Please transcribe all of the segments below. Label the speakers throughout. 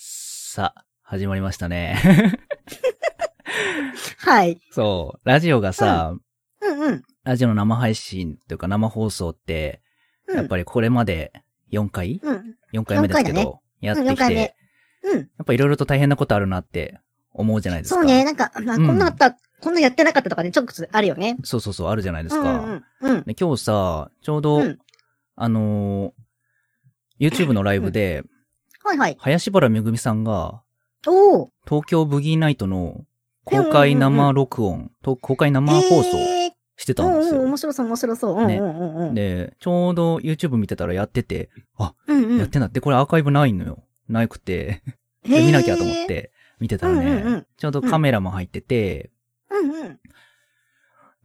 Speaker 1: さあ、始まりましたね。
Speaker 2: はい。
Speaker 1: そう、ラジオがさ、
Speaker 2: うんうん。
Speaker 1: ラジオの生配信というか生放送って、
Speaker 2: うん
Speaker 1: やっぱりこれまで4回
Speaker 2: うん。
Speaker 1: ?4 回目ですけ
Speaker 2: 四回だ
Speaker 1: ど、やって
Speaker 2: うん四
Speaker 1: きて、
Speaker 2: 回目
Speaker 1: や
Speaker 2: うん。
Speaker 1: っぱいろいろと大変なことあるなって思うじゃないですか。
Speaker 2: そうね。なんか、まあ、
Speaker 1: うん
Speaker 2: こんなあった、こんなやってなかったとかね、ちょっとあるよね。
Speaker 1: そうそうそう、あるじゃないで
Speaker 2: う
Speaker 1: す
Speaker 2: んう
Speaker 1: か。
Speaker 2: んうん。
Speaker 1: で今日さ、ちょうど、
Speaker 2: うん
Speaker 1: あのー YouTube のライブで、
Speaker 2: はいはい。
Speaker 1: 林原めぐみさんが、
Speaker 2: おお。
Speaker 1: 東京ブギーナイトの公開生録音、と公開生放送
Speaker 2: え
Speaker 1: して
Speaker 2: ー、
Speaker 1: た
Speaker 2: うんん
Speaker 1: です
Speaker 2: うん。
Speaker 1: よ。
Speaker 2: 面白そう、面白そう。うんうん
Speaker 1: ね
Speaker 2: うんうん。
Speaker 1: で、ちょうど YouTube 見てたらやってて、
Speaker 2: うんう
Speaker 1: やっ
Speaker 2: ん。
Speaker 1: てなって、これアーカイブないのよ。なくて、
Speaker 2: へー
Speaker 1: で見なきゃと思っ。て見てたらね、
Speaker 2: うんうんうん
Speaker 1: ちょうどカメラも入ってて、
Speaker 2: うんうん。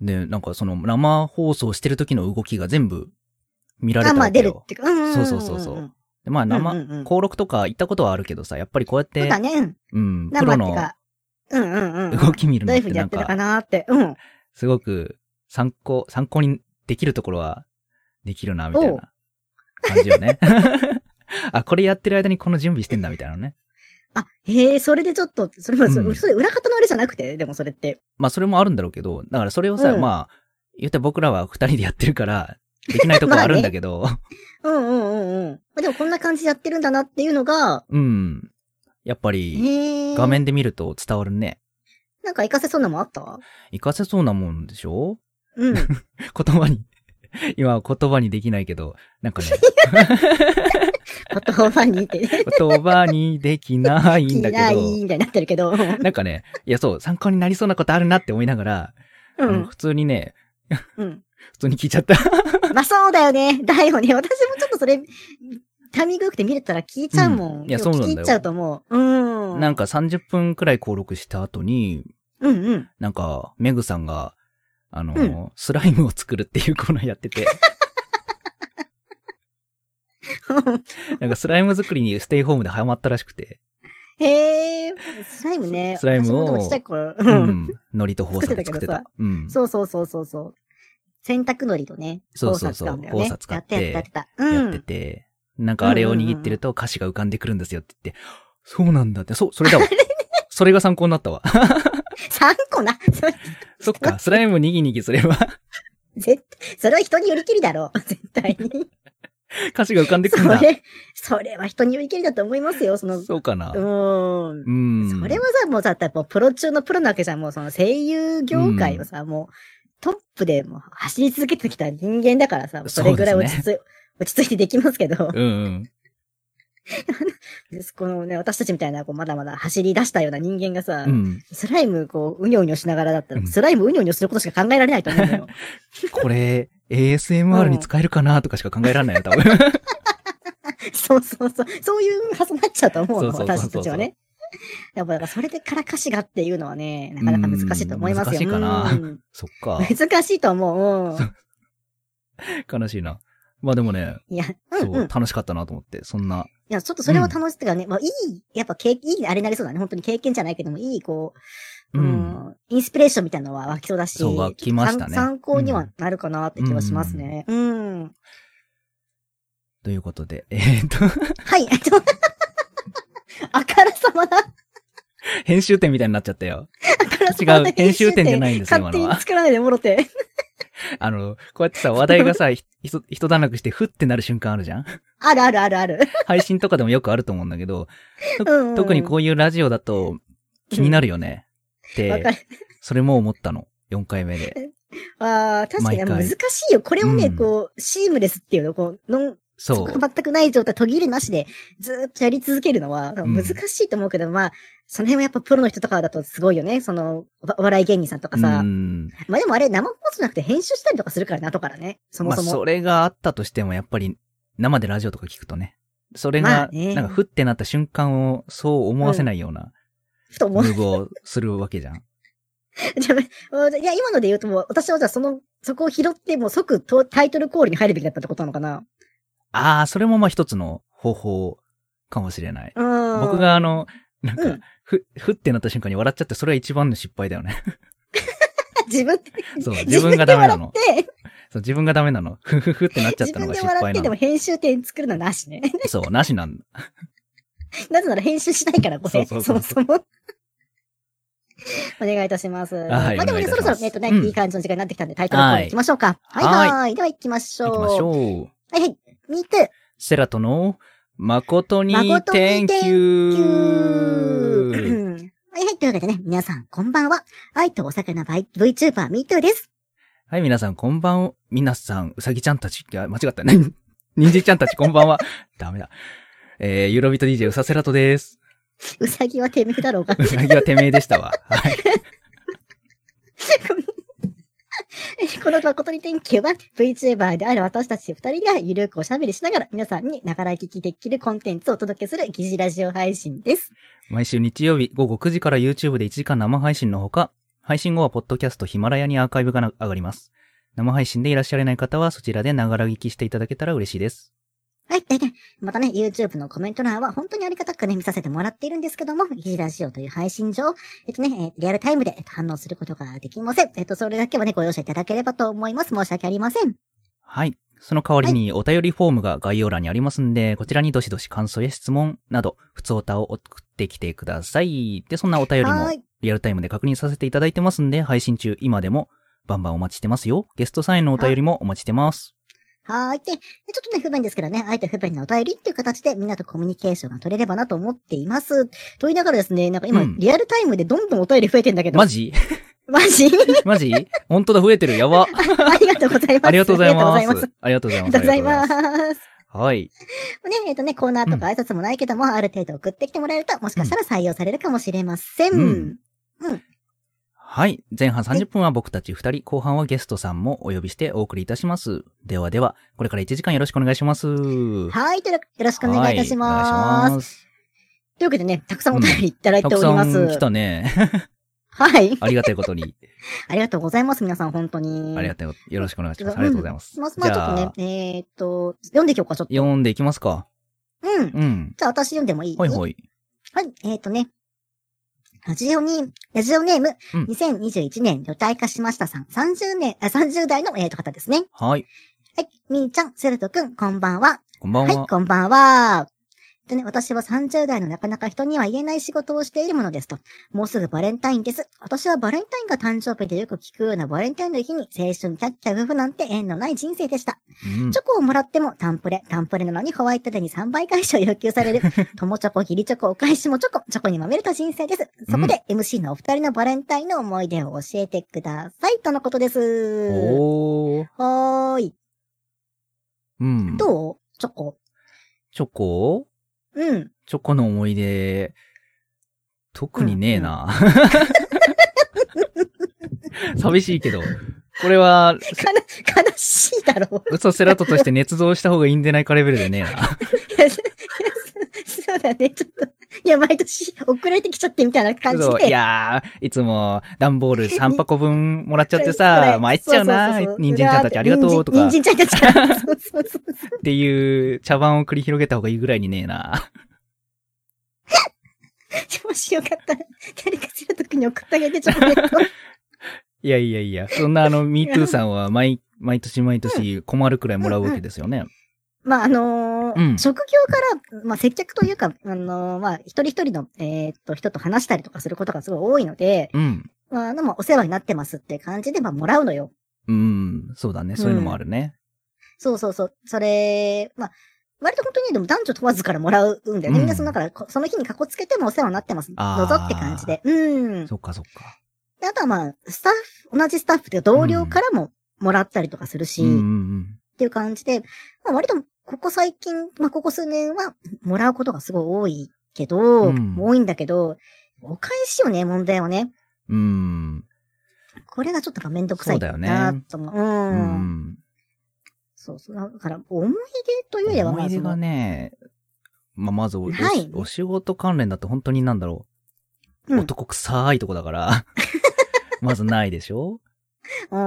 Speaker 1: で、なんかその生放送してる時の動きが全部見られ
Speaker 2: あ、
Speaker 1: た
Speaker 2: ま
Speaker 1: わ
Speaker 2: あ
Speaker 1: け
Speaker 2: 出る
Speaker 1: よ
Speaker 2: っ。ていうか。うんんんんん
Speaker 1: そうそうそうそう。でまあ生、
Speaker 2: うんうんうん
Speaker 1: 登録とか行ったことはあるけどさ、やっぱりこうやっ
Speaker 2: そう
Speaker 1: て
Speaker 2: だ、ね。うん
Speaker 1: うん、プ
Speaker 2: 生
Speaker 1: ロ
Speaker 2: っていう
Speaker 1: の
Speaker 2: か。うんうんうん。
Speaker 1: 動き見る
Speaker 2: ど
Speaker 1: の
Speaker 2: うい
Speaker 1: っ
Speaker 2: うふ
Speaker 1: て
Speaker 2: うに
Speaker 1: な
Speaker 2: やっ
Speaker 1: ん
Speaker 2: てた
Speaker 1: か
Speaker 2: か、なーって。うん。
Speaker 1: すごく参考、参考にできるところはできるな、みたい
Speaker 2: おう
Speaker 1: な感じよね。 あ、これやってる間にこの準備してんだ、みたいなね。
Speaker 2: あ、へえ、それでちょっと、それも、そ
Speaker 1: うん
Speaker 2: それ裏方のあれじゃなくて、でもそれって。
Speaker 1: まあ、それもあるんだろうけど、だからそれをさ、
Speaker 2: うん
Speaker 1: まあ、言ったら僕らは二人でやってるから、できないとこはあるんだけど、
Speaker 2: うんうんうんうん。まあでもこんな感じでやってるんだなっていうのが、
Speaker 1: うん。やっぱり、
Speaker 2: へえ。
Speaker 1: 画面で見ると伝わるね。
Speaker 2: なんか活かせそうなのもあった
Speaker 1: 活かせそうなもんでしょ
Speaker 2: うん。
Speaker 1: 言葉に。 今は言葉にできないけど、なんか ね、
Speaker 2: 言葉にって、ね、
Speaker 1: 言葉にできない
Speaker 2: 気
Speaker 1: んだ
Speaker 2: に
Speaker 1: け
Speaker 2: ない
Speaker 1: ど、
Speaker 2: みたいになってるけど。う
Speaker 1: なんかね、いやそう、参考になりそうなことあるなって思いながら、あの
Speaker 2: ん。
Speaker 1: 普通にね、
Speaker 2: うん。
Speaker 1: 普通に聞いちゃった。
Speaker 2: まあそうだよね。だよね。私もちょっとそれ、タイミングよくて見れたら聞いちゃうもん。
Speaker 1: うんいや
Speaker 2: 今
Speaker 1: そ
Speaker 2: 日
Speaker 1: うなんだよ
Speaker 2: 聞いちゃうと思う。うん。
Speaker 1: なんか30分くらい登録した後に、
Speaker 2: うんうん。
Speaker 1: なんか、メグさんが、あの、
Speaker 2: うん
Speaker 1: スライムを作るっていうコーナーやって て、なんかスライム作りにステイホームでハマったらしくて、
Speaker 2: へえ。スライムね。
Speaker 1: スライムを
Speaker 2: 私もでもちっちゃい頃。
Speaker 1: う
Speaker 2: うん。
Speaker 1: ん。ノリと放作で作ってた。
Speaker 2: 作ってたけどさ
Speaker 1: うん。
Speaker 2: そうそうそうそうそう。洗濯のりとね。
Speaker 1: そうそうそう
Speaker 2: 包
Speaker 1: 包
Speaker 2: 砂
Speaker 1: 砂使
Speaker 2: 使う
Speaker 1: っ
Speaker 2: ん
Speaker 1: て
Speaker 2: だよね。やってた、やってた。う
Speaker 1: や
Speaker 2: ん。
Speaker 1: ってて、なんかあれを握ってると歌詞が浮かんでくるんですよって言って、そうなんだって、そう、それ だわ。それが参考になったわ。
Speaker 2: 3個な。それ、
Speaker 1: そっか、スライムにぎにぎすれば
Speaker 2: 絶対、それは人によりきりだろう。 絶対に。
Speaker 1: 歌詞が浮かんでくるんだ
Speaker 2: そ。れ、それは人によりきりだと思いますよ、その、う
Speaker 1: そうかな。
Speaker 2: ーん。
Speaker 1: うん。
Speaker 2: それはさ、もうさ、もうプロ中のプロなわけじゃん、もうその声優業界をさ、もうトップでもう走り続けてきた人間だからさ、もうそれぐらい落ち着,、落ち着いてできますけ ど、
Speaker 1: うんうん。
Speaker 2: このね、私たちみたいな、こうまだまだ走り出したような人間がさ、
Speaker 1: うん。
Speaker 2: スライムこう、うにょうにょしながらだったら、
Speaker 1: うん
Speaker 2: スライムうにょうにょすることしか考えられないと思うのよ。
Speaker 1: これ、ASMR に使えるかなとかしか考えられないよ、多 分。
Speaker 2: そうそうそう。そういうはずになっちゃうと思うの、
Speaker 1: そうそうそうそう
Speaker 2: 私たちはね。やっぱ、だからそれでからかしがっていうのはね、なかなか難しいと思いますよ。
Speaker 1: うん難しいかな
Speaker 2: うん
Speaker 1: そっか。
Speaker 2: 難しいと 思う。うん
Speaker 1: 悲しいな。まあでもね、
Speaker 2: いや、う
Speaker 1: そ
Speaker 2: んうん。
Speaker 1: う、
Speaker 2: い
Speaker 1: 楽しかったなと思って、そんな。
Speaker 2: や、ちょっとそれは楽しいっていうかね、まあ、いい、やっぱ経いいあれになりそうだね。本当に経験じゃないけども、いい、こう、
Speaker 1: うん。
Speaker 2: ん、インスピレーションみたいなのは湧きそうだし、
Speaker 1: そう湧きましたね
Speaker 2: 参参考にはなるかなって気はしますね。うん。
Speaker 1: ということで、 えーっと、
Speaker 2: はい、えっと、 あからさまな、あ
Speaker 1: 編集点みたいになっちゃったよ。
Speaker 2: からさまな
Speaker 1: 違う編集点じゃないんですよ
Speaker 2: 勝手
Speaker 1: 今の
Speaker 2: に
Speaker 1: は
Speaker 2: 作らないでもろて。
Speaker 1: あの、こうやってさ、話題がさ、ひ ひと一段落して、ふってなる瞬間あるじゃん
Speaker 2: あるあるあるある。
Speaker 1: 配信とかでもよくあると思うんだけど、
Speaker 2: うんうん
Speaker 1: 特にこういうラジオだと気になるよね。っ
Speaker 2: わか
Speaker 1: て、
Speaker 2: る。
Speaker 1: それも思ったの。4回目で。
Speaker 2: ああ、確か
Speaker 1: 毎
Speaker 2: に難
Speaker 1: 回
Speaker 2: しいよ。これをね、
Speaker 1: うん
Speaker 2: こう、シームレスっていうの、こう、のん、
Speaker 1: そ
Speaker 2: こ
Speaker 1: う。
Speaker 2: が全くない状態、途切れなしで、ずーっとやり続けるのは、
Speaker 1: ん
Speaker 2: 難しいと思うけど、まあ、その辺はやっぱプロの人とかだとすごいよね。その、おお笑い芸人さんとか
Speaker 1: う
Speaker 2: さ。
Speaker 1: ん。
Speaker 2: まあでもあれ、生放送じゃなくて編集したりとかするからな、後からね。そも
Speaker 1: まあ、
Speaker 2: そも。
Speaker 1: それがあったとしても、やっぱり、生でラジオとか聞くとね、それ
Speaker 2: まあ
Speaker 1: が、
Speaker 2: ね
Speaker 1: なんか、ふってなった瞬間を、そう思わせないような、
Speaker 2: ふと思
Speaker 1: ム
Speaker 2: う。
Speaker 1: ーブをするわけじゃん。
Speaker 2: じゃあいや、今ので言うともう、私はじゃあその、そこを拾って、もう即とタイトルコールに入るべきだったってことなのかな。
Speaker 1: ああ、それもまあ一つの方法かもしれない。
Speaker 2: うん。
Speaker 1: 僕、があの、なん
Speaker 2: う
Speaker 1: か
Speaker 2: ん、
Speaker 1: ふ、ふってなった瞬間に笑っちゃって、それは一番の失敗だよ ね。
Speaker 2: 自分で、
Speaker 1: そう、自分がダメなの
Speaker 2: 自。分で笑って、
Speaker 1: そう、自分がダメなの。ふふふってなっちゃっ
Speaker 2: 自
Speaker 1: たの
Speaker 2: 分
Speaker 1: が
Speaker 2: で
Speaker 1: 失
Speaker 2: 笑
Speaker 1: 敗
Speaker 2: って
Speaker 1: な
Speaker 2: でも
Speaker 1: の。
Speaker 2: 編集点作るのはなしね。
Speaker 1: そう、なしなんだ。
Speaker 2: なぜなら編集しないから、これ。
Speaker 1: そ
Speaker 2: そ
Speaker 1: そう
Speaker 2: う
Speaker 1: そう
Speaker 2: もそも。 お願いいたします。
Speaker 1: はい
Speaker 2: まあでも
Speaker 1: お願いいた
Speaker 2: ね、そ
Speaker 1: し
Speaker 2: ろ
Speaker 1: ます
Speaker 2: そろ、えっとね、
Speaker 1: うん
Speaker 2: いい感じの時間になってきたんで、タイトルコール行きましょうか。
Speaker 1: は
Speaker 2: は
Speaker 1: い
Speaker 2: いはいでは行きましょう。
Speaker 1: 行きましょう。
Speaker 2: はいはい。見て、
Speaker 1: セラとの、誠に
Speaker 2: 誠に
Speaker 1: Thank you!
Speaker 2: はいはい。というわけでね、皆さん、こんばんは。愛とお魚バイ VTuber、ミートゥーです。
Speaker 1: はい、皆さん、こんばんを、皆さん、うさぎちゃんたち、いや、間違ったね。 にんじちゃんたち、こんばんは。ダメだ。えー、ユーロビット DJ、うさせらとです。
Speaker 2: うさぎはてめえだろうが。
Speaker 1: うさぎはてめえでしたわ。はい。
Speaker 2: この誠に天気は VTuber である私たち二人がゆるくおしゃべりしながら皆さんに長ら聞きできるコンテンツをお届けする疑似ラジオ配信です。
Speaker 1: 毎週日曜日午後9時から YouTube で1時間生配信のほか、配信後はポッドキャストヒマラヤにアーカイブがな上がります。生配信でいらっしゃれない方はそちらでながら聞きしていただけたら嬉しいです。
Speaker 2: はい、でね、またね、YouTube のコメント欄は本当にありがたくね、見させてもらっているんですけども、疑似ラジオという配信上、えっとね、えーリアルタイムでえっと反応することができません。えっと、それだけはね、ご容赦いただければと思います。申し訳ありません。
Speaker 1: はい。その代わりにお便りフォームが概要欄にありますんで、こちらにどしどし感想や質問など、普通歌を送ってきてください。で、そんなお便りも
Speaker 2: はーい。
Speaker 1: リアルタイムで確認させていただいてますんで、配信中今でもバンバンお待ちしてますよ。ゲストさんへのお便りもお待ちしてます。
Speaker 2: はーい。で、ちょっとね、不便ですけどね、あえて不便なお便りっていう形で、みんなとコミュニケーションが取れればなと思っています。と言いながらですね、なんか今、
Speaker 1: うん
Speaker 2: リアルタイムでどんどんお便り増えてんだけど。
Speaker 1: マジ
Speaker 2: マジ
Speaker 1: マジ 本当だ、増えてる。やば。
Speaker 2: ありがとうございます。
Speaker 1: ありがとうございま
Speaker 2: あ
Speaker 1: す。ありがとうござい
Speaker 2: り
Speaker 1: ま
Speaker 2: が
Speaker 1: す。
Speaker 2: と
Speaker 1: ありがと
Speaker 2: うございます。
Speaker 1: うございま
Speaker 2: ます
Speaker 1: す。はい。
Speaker 2: ね、えっとね、コーナーとか挨拶もないけども、ある程度送ってきてもらえると、もしかしたら採用されるかもしれません。
Speaker 1: うん
Speaker 2: うん
Speaker 1: はい。前半
Speaker 2: はい
Speaker 1: 30分は僕たち2人、後半はゲストさんもお呼びしてお送りいたします。ではでは、これから1時間よろしくお願いします。は
Speaker 2: はい。というわけでよろしくお願いいたし
Speaker 1: お願
Speaker 2: ま
Speaker 1: いしま
Speaker 2: す。
Speaker 1: す。
Speaker 2: というわけでね、たくさんお便りいただい
Speaker 1: た
Speaker 2: て
Speaker 1: く
Speaker 2: おり
Speaker 1: さ
Speaker 2: ま
Speaker 1: ん
Speaker 2: す。
Speaker 1: 来たね。
Speaker 2: はい。
Speaker 1: ありがたいことに。
Speaker 2: ありがとうございます、皆さん、本当に。
Speaker 1: ありがたいこと。よろしくお願いします。
Speaker 2: うん
Speaker 1: ありがとうございます。
Speaker 2: まあ、
Speaker 1: じ
Speaker 2: まあ、ちょ
Speaker 1: ゃ
Speaker 2: っ
Speaker 1: あ
Speaker 2: と、ね、えーっと、読んでいこうか、ちょっと。
Speaker 1: 読んでいきますか。
Speaker 2: うん。じ
Speaker 1: うん。
Speaker 2: ゃあ、私読んでもいい
Speaker 1: ほいほい。
Speaker 2: はい、えっ、ー、とね。ラジオネーム、ラジオネーム、
Speaker 1: うん
Speaker 2: 2021年、旅体化しましたさん、30年、あ30代の、えー、と方ですね。
Speaker 1: はい。
Speaker 2: はい、みーちゃん、セルトくん、こんばんは。
Speaker 1: こんばん
Speaker 2: はい、
Speaker 1: は。
Speaker 2: こんばんは。でね、私は30代のなかなか人には言えない仕事をしているものですと。もうすぐバレンタインです。私はバレンタインが誕生日でよく聞くようなバレンタインの日に青春キャッキャ夫婦なんて縁のない人生でした。
Speaker 1: うん
Speaker 2: チョコをもらってもタンプレ、タンプレなのにホワイトデーに3倍返しを要求さ れる。友チョコ、義理チョコ、お返しもチョコ、チョコにまみれた人生です。そこで MC のお二人のバレンタインの思い出を教えてください。とのことです。は
Speaker 1: おー。
Speaker 2: ーい。
Speaker 1: うん。
Speaker 2: どうチョコ。
Speaker 1: チョコ
Speaker 2: うん。
Speaker 1: チョコの思い出、特にねえな。 寂しいけど。これは、
Speaker 2: かな、悲しいだろう。
Speaker 1: 嘘セラトとして捏造した方がいいんでないかレベルでねえな。
Speaker 2: いやそそうだね、ちょっと。いや、毎年送られてきちゃってみたいな感じ
Speaker 1: そうい
Speaker 2: で。
Speaker 1: やー、いつも段ボー ル3箱分もらっちゃって
Speaker 2: こ
Speaker 1: さ
Speaker 2: れ、
Speaker 1: 参っちゃうな、
Speaker 2: そうそうそう
Speaker 1: 人参ちゃんたちありがとうとかっ
Speaker 2: 人参人参ちゃんたち。そうそうそうそう。
Speaker 1: ていう茶番を繰り広げた方がいいぐらいにねえな。
Speaker 2: もしよかったら、 誰かしらとくに送ってあげてちょうだいと。
Speaker 1: いやいやいや、そんなあの、ミートゥーさんは毎、毎年毎年困るくらいもらうわけですよね。
Speaker 2: まあ、あのー
Speaker 1: うん
Speaker 2: 職業から、まあ、接客というか、あのーまあ、一人一人の、えーっと、人と話したりとかすることがすごい多いので、
Speaker 1: うん。
Speaker 2: まあ、あの、まあ、お世話になってますって感じで、まあ、もらうのよ。
Speaker 1: うん、そうだね。そういうのもあるね。
Speaker 2: そうそうそう。それ、まあ、割と本当に、でも男女問わずからもらうんだよね。
Speaker 1: うん
Speaker 2: みんなその、だから、こその日にかこつけてもお世話になってます。
Speaker 1: あー
Speaker 2: どうぞって感じで。うん。
Speaker 1: そっかそっか。
Speaker 2: であとはまあ、スタッフ、同じスタッフというか同僚からももらったりとかするし、
Speaker 1: うんうん
Speaker 2: っ
Speaker 1: うん。
Speaker 2: ていう感じで、まあ割とここ最近、まあここ数年はもらうことがすごい多いけど、
Speaker 1: うん
Speaker 2: 多いんだけど、お返しよね、問題はね。
Speaker 1: うん。
Speaker 2: これがちょっとやっぱめんどくさい
Speaker 1: そうだよね
Speaker 2: なと思う。
Speaker 1: う
Speaker 2: うん。
Speaker 1: ん。
Speaker 2: そうそう。だから、思い出というよりはま
Speaker 1: 思
Speaker 2: あ
Speaker 1: い
Speaker 2: そ
Speaker 1: 出が
Speaker 2: の、
Speaker 1: ね、まあ、まずお、お
Speaker 2: はい
Speaker 1: お仕事関連だと本当になんだろ
Speaker 2: う
Speaker 1: う。
Speaker 2: ん
Speaker 1: 男臭いとこだから。まずないでしょ
Speaker 2: う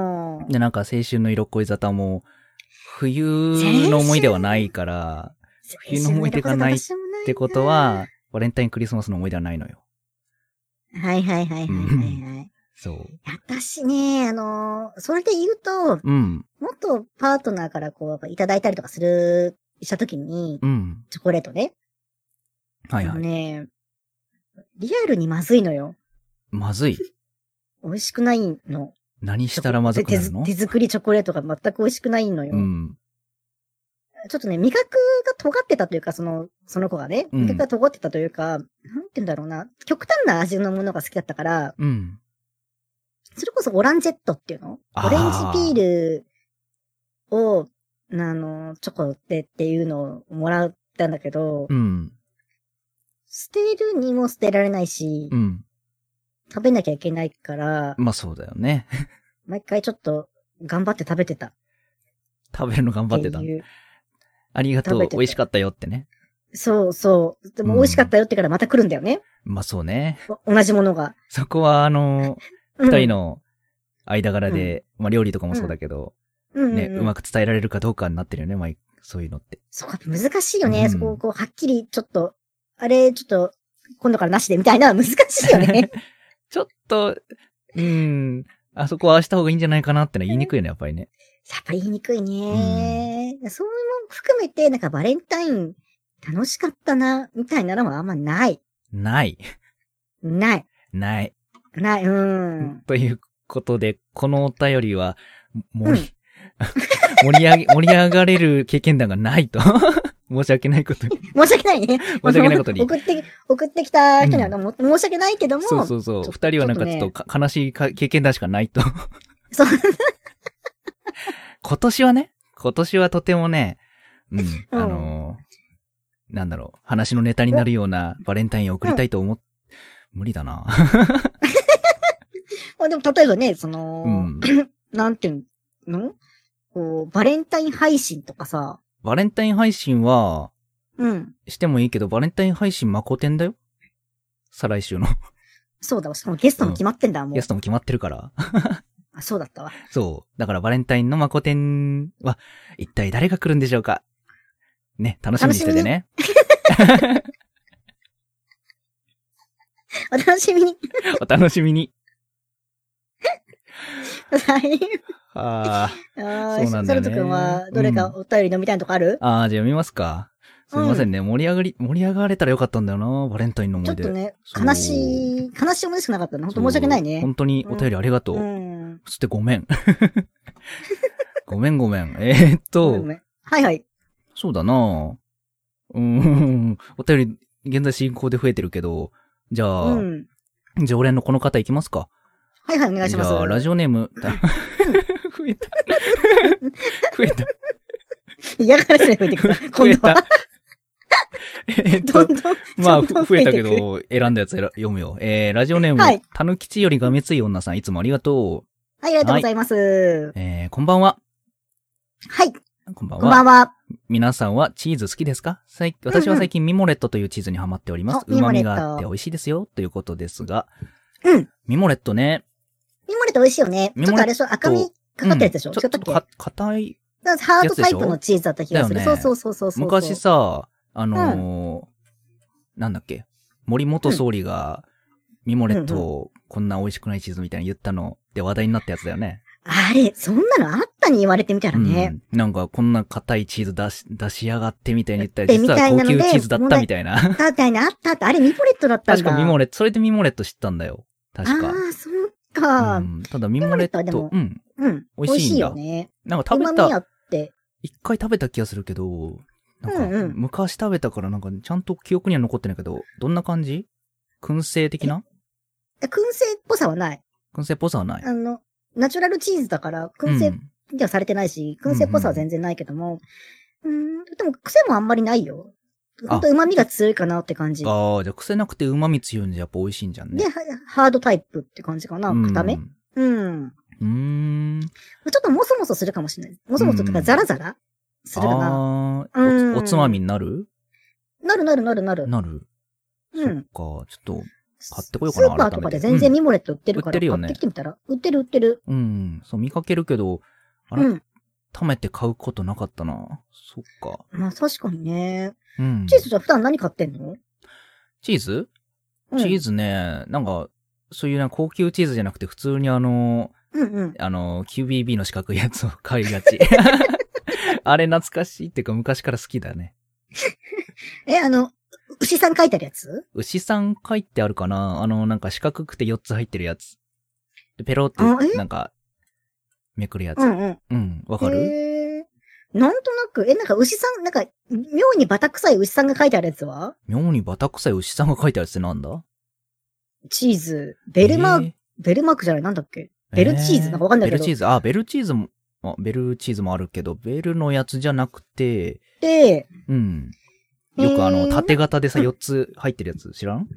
Speaker 2: ん。
Speaker 1: で、なんか青春の色恋沙汰も、冬の思い出はないから、冬の思い出がないってことは、バレンタインクリスマスの思い出はないのよ。
Speaker 2: はいはいはいはいはいはい。
Speaker 1: そう。
Speaker 2: 私ね、あのーそれで言うと、
Speaker 1: うん、
Speaker 2: 元パートナーからこう、やっぱいただいたりとかする、したときに、
Speaker 1: うん。
Speaker 2: チョコレートね。
Speaker 1: はい
Speaker 2: あ
Speaker 1: は
Speaker 2: の
Speaker 1: い。
Speaker 2: ね、リアルにまずいのよ。
Speaker 1: まずい。
Speaker 2: 美味しくないの。
Speaker 1: 何したらまずくなるの
Speaker 2: 手手手作りチョコレートが全く美味しくないのよ。
Speaker 1: うん。
Speaker 2: ちょっとね、味覚が尖ってたというか、その、その子がね、
Speaker 1: うん
Speaker 2: 味覚が尖ってたというか、なんて言うんだろうな、極端な味のものが好きだったから、
Speaker 1: うん。
Speaker 2: それこそオランジェットっていうの
Speaker 1: あ
Speaker 2: オレン
Speaker 1: ー
Speaker 2: ジピールを、あの、チョコでっていうのをもらったんだけど、
Speaker 1: うん。
Speaker 2: 捨てるにも捨てられないし、
Speaker 1: うん。
Speaker 2: 食べなきゃいけないから、
Speaker 1: まあそうだよね。
Speaker 2: 毎回ちょっと頑張って食べてたっ
Speaker 1: 食べるの頑張ってた
Speaker 2: て。いう。
Speaker 1: ありがと
Speaker 2: 食べ
Speaker 1: う
Speaker 2: て。て
Speaker 1: 美味しかったよってね。
Speaker 2: そうそう。でも
Speaker 1: うん
Speaker 2: 美味しかったよってからまた来るんだよね。
Speaker 1: まあそうね。
Speaker 2: お同じものが。
Speaker 1: そこは、あの、
Speaker 2: うん
Speaker 1: 二人の間柄で、まあ料理とかもそうだけど、
Speaker 2: うん
Speaker 1: ね、
Speaker 2: ん
Speaker 1: うまく伝えられるかどうかになってるよね、まあ、そういうのって。
Speaker 2: そこやっぱ難しいよね。
Speaker 1: うん
Speaker 2: そこをこう、はっきりちょっと、あれ、ちょっと、今度からなしでみたいなのは難しいよ ね。
Speaker 1: ちょっと、うん、あそこはした方がいいんじゃないかなってのは言いにくいよね、やっぱりね。
Speaker 2: やっぱ言いにくいね。そういうのも含めて、なんかバレンタイン楽しかったな、みたいなのはあんまない。
Speaker 1: ない。
Speaker 2: ない。
Speaker 1: ない。
Speaker 2: ない。うん。
Speaker 1: ということで、このお便りは、も
Speaker 2: う
Speaker 1: うん 盛り上げ、盛り上がれる経験談がないと。 申し訳ないことに。
Speaker 2: 申し訳ないね。申
Speaker 1: 申し訳ないことに。
Speaker 2: 送って、送ってきた人には、も申し訳ないけども。
Speaker 1: そうそうそう。
Speaker 2: ちょ
Speaker 1: 二人はなんか
Speaker 2: ち
Speaker 1: ち
Speaker 2: ょ
Speaker 1: ょ
Speaker 2: っ
Speaker 1: っ
Speaker 2: と
Speaker 1: と
Speaker 2: ね
Speaker 1: か悲しいか経験談しかないと。
Speaker 2: そう。
Speaker 1: 今年はね、今年はとてもね、うん、
Speaker 2: うん
Speaker 1: あのーなんだろう、話のネタになるようなバレンタインを送りたいと思っ、無理だな。
Speaker 2: まあでも、例えばね、そうの、
Speaker 1: ん。
Speaker 2: なんていうのこう、バレンタイン配信とかさ。
Speaker 1: バレンタイン配信は、
Speaker 2: うん。
Speaker 1: してもいいけど、バレンタイン配信マコ天だよ再来週の。
Speaker 2: そうだわ。しかもゲストも決まってんだ、もう
Speaker 1: ゲス。トも決まってるから。
Speaker 2: あ、そうだったわ。
Speaker 1: そう。だからバレンタインのマコ天は、一体誰が来るんでしょうかね、楽しみにしててね。
Speaker 2: お楽しみに。
Speaker 1: お楽しみに。
Speaker 2: はい。
Speaker 1: あ
Speaker 2: あ
Speaker 1: そうな
Speaker 2: ー、
Speaker 1: ん
Speaker 2: ソ
Speaker 1: だよ
Speaker 2: ル
Speaker 1: ね
Speaker 2: ト君は、どれかお便り飲みたいなとこある
Speaker 1: ー、、あーじゃあ読みますか。すいませんね。盛り上がり、盛り上がれたらよかったんだよな。バレンタインの
Speaker 2: ち
Speaker 1: 思い
Speaker 2: ょっ
Speaker 1: 出。
Speaker 2: とね、
Speaker 1: そう
Speaker 2: 悲しい、悲しい思いしかなかったの。本当申し訳ない
Speaker 1: そう
Speaker 2: ね。
Speaker 1: 本当にお便りありがとう。
Speaker 2: うん。
Speaker 1: そしてごめ ん。ごめんごめん。えーっ
Speaker 2: ごめん
Speaker 1: と
Speaker 2: ご、めんはいはい。
Speaker 1: そうだなうーん。お便り、現在進行で増えてるけど、じゃあ、
Speaker 2: うん。
Speaker 1: 常連のこの方いきますか。
Speaker 2: はいはい、お願いし
Speaker 1: じ
Speaker 2: ます。
Speaker 1: ゃあ、ラジオネー ム、あ増えた。増えた。
Speaker 2: 嫌がらせで増えてくる。
Speaker 1: 増
Speaker 2: 今
Speaker 1: え
Speaker 2: 度は
Speaker 1: た。。えーっ
Speaker 2: どん
Speaker 1: と、
Speaker 2: どん。
Speaker 1: ま あ、
Speaker 2: どんどん
Speaker 1: ふ増えたけ
Speaker 2: てくる。
Speaker 1: ど、選んだやつ選読むよ。えー、ラジオネーム、
Speaker 2: はい
Speaker 1: たぬきちよりがめつい女さん、いつもありがとう。
Speaker 2: はい、ありがとうございます。
Speaker 1: えー、こんばんは。
Speaker 2: はい、
Speaker 1: こんばん
Speaker 2: こんば
Speaker 1: は。
Speaker 2: んは。
Speaker 1: 皆さんはチーズ好きですか最私は最近ミモレットというチーズにハマっております。
Speaker 2: あミモ
Speaker 1: 旨
Speaker 2: レッ
Speaker 1: 味
Speaker 2: ト
Speaker 1: があって美味しいですよ、ということですが。
Speaker 2: うん。
Speaker 1: ミモレットね。
Speaker 2: ミモレット美味しいよね。
Speaker 1: ミ
Speaker 2: ちょ
Speaker 1: モレット
Speaker 2: っとあれでしょ赤身かかってるやつでしょ、
Speaker 1: うん
Speaker 2: 違
Speaker 1: ちょ
Speaker 2: っ
Speaker 1: っと
Speaker 2: たっけ
Speaker 1: か硬い。
Speaker 2: なんかハートタイプのチーズだった気がする。
Speaker 1: やつでし
Speaker 2: そ
Speaker 1: ょ
Speaker 2: うそうそうそうそう。
Speaker 1: 昔さ、あのーなんだっけ、森元総理が、ミモレットをこんな美味しくないチーズみたいな言ったので話題になったやつだよね。
Speaker 2: あれ、そんなのあったに言われてみたらね。
Speaker 1: うん、なんかこんな硬いチーズ出し、出しやがってみたいに言ったら、
Speaker 2: で
Speaker 1: 実は
Speaker 2: み
Speaker 1: 高
Speaker 2: たいな
Speaker 1: 級
Speaker 2: ので
Speaker 1: チーズだったみたいな。
Speaker 2: あったね、あったあった。あれ、ミポレットだったんだ。
Speaker 1: 確かミモ
Speaker 2: レ
Speaker 1: レット、それでミモレット知ったんだよ。確か。
Speaker 2: ああ、そっか
Speaker 1: う。ん、ただミモレット、
Speaker 2: ミモレットはでも
Speaker 1: うん。
Speaker 2: うん。
Speaker 1: 美味しいんだ
Speaker 2: よね。
Speaker 1: なんか食べ
Speaker 2: 旨味あ
Speaker 1: た、
Speaker 2: って。
Speaker 1: 一回食べた気がするけど、なん
Speaker 2: うんう
Speaker 1: か
Speaker 2: ん
Speaker 1: 昔食べたからなんかちゃんと記憶には残ってないけど、どんな感じ燻製的な
Speaker 2: え燻製っぽさはない。
Speaker 1: 燻製っぽさはない。
Speaker 2: あの、ナチュラルチーズだから、燻
Speaker 1: う
Speaker 2: 製
Speaker 1: ん
Speaker 2: ではされてないし、燻製っぽさは全然ないけども。うーん、でも癖もあんまりないよ。
Speaker 1: あ
Speaker 2: ほんと旨味が強いかなって感じ。
Speaker 1: ああ、じゃあ癖なくて旨味強いんでやっぱ美味しいんじゃん
Speaker 2: で、
Speaker 1: ね。
Speaker 2: はハードタイプって感じかな。
Speaker 1: うん
Speaker 2: 固め
Speaker 1: う。
Speaker 2: うん。
Speaker 1: ーん。
Speaker 2: ちょっともそもそするかもしれない。もそもそと
Speaker 1: う
Speaker 2: か
Speaker 1: ん
Speaker 2: ザラザラするかな。
Speaker 1: ああ
Speaker 2: う
Speaker 1: ー
Speaker 2: ん
Speaker 1: お、おつまみになる
Speaker 2: なるなるなるなる。
Speaker 1: なる。
Speaker 2: う
Speaker 1: そっ
Speaker 2: ん
Speaker 1: か、。ちょっと、
Speaker 2: ス
Speaker 1: 買ってこようかな
Speaker 2: スーパーとか
Speaker 1: 改めて
Speaker 2: で全然ミモレット売ってるか
Speaker 1: 売って
Speaker 2: ら、
Speaker 1: るよ
Speaker 2: 買
Speaker 1: ね
Speaker 2: ってきてみたら。売ってる売ってる。
Speaker 1: うん、そう見かけるけど、あら
Speaker 2: うん。
Speaker 1: 貯めて買うことなかったな。そっか。
Speaker 2: まあ確かにね。
Speaker 1: うん。
Speaker 2: チーズじゃあ普段何買ってんの
Speaker 1: チーズ
Speaker 2: うん
Speaker 1: チーズね、なんか、そういうな、高級チーズじゃなくて、普通にあの、
Speaker 2: うんうん。
Speaker 1: あの、QBB の四角いやつを買いが ち。 あれ懐かしいっていうか、昔から好きだね。
Speaker 2: え、あの、牛さん書いてあるやつ
Speaker 1: 牛さん書いてあるかなあの、なんか四角くて4つ入ってるやつ。でペロって
Speaker 2: あえ、
Speaker 1: なんか、めくるやつ。
Speaker 2: うんうん。
Speaker 1: うん、わかる
Speaker 2: へーなんとなく、え、なんか牛さん、なんか、妙にバタ臭い牛さんが書いてあるやつは
Speaker 1: 妙にバタ臭い牛さんが書いてあるやつってなんだ
Speaker 2: チーズ、ベルマーク、
Speaker 1: えー
Speaker 2: ベルマークじゃない、なんだっけベルチーズなんかわかんないけど
Speaker 1: ベルチーズ、あ、ベルチーズも、あベルチーズもあるけど、ベルのやつじゃなくて、
Speaker 2: で、
Speaker 1: うん。よくあ
Speaker 2: へ
Speaker 1: の、
Speaker 2: ー
Speaker 1: 縦型でさ、4つ入ってるやつ知ら ん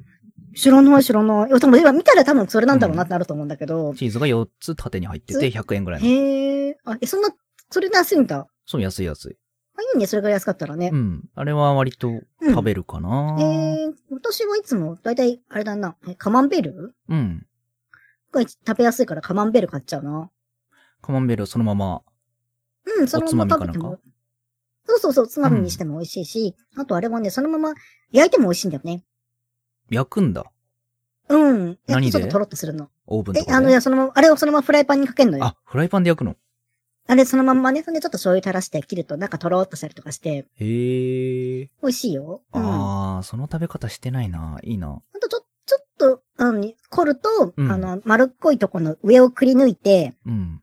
Speaker 2: 知らない知らない。いや、多分今見たら多分それなんだろうなってなると思うんだけど。
Speaker 1: チーズが4つ縦に入ってて、100円ぐらいの。
Speaker 2: へえ、あ、え、そんな、それで安いんだ。
Speaker 1: そう、安い安い。
Speaker 2: あ、いいね、それが安かったらね
Speaker 1: う。ん。あれは割と
Speaker 2: うん
Speaker 1: 食べるかな、
Speaker 2: えー、私はいつも、だいたい、あれだな、えカマンベール
Speaker 1: うん。
Speaker 2: が食べやすいからカマンベール買っちゃうな。
Speaker 1: カマンベールをそのまま。
Speaker 2: うん、そのまま
Speaker 1: おつまみか
Speaker 2: 食べ
Speaker 1: なん
Speaker 2: て
Speaker 1: か
Speaker 2: も。そうそうそう、つまみにしても美味しいし、あとあれはね、そのまま焼いても美味しいんだよね。
Speaker 1: 焼くんだ。
Speaker 2: うん。焼
Speaker 1: 何で
Speaker 2: くとちょっとトロッとするの。
Speaker 1: オーブン
Speaker 2: え
Speaker 1: と、か
Speaker 2: あの、い
Speaker 1: で。
Speaker 2: や、そのまま、あれをそのままフライパンにかけんのよ。あ
Speaker 1: あ、フライパンで焼くの。
Speaker 2: れそのまんまね、そんでちょっと醤油垂らして切ると、なんかトロッとしたりとかして、
Speaker 1: へえ。
Speaker 2: 美味しいよ。うん。あ
Speaker 1: ああ、その食べ方してないな。いいな。
Speaker 2: とちょ、ちょっと、うん、凝ると、
Speaker 1: うん
Speaker 2: あの、丸っこいとこの上をくり抜いて、
Speaker 1: うん。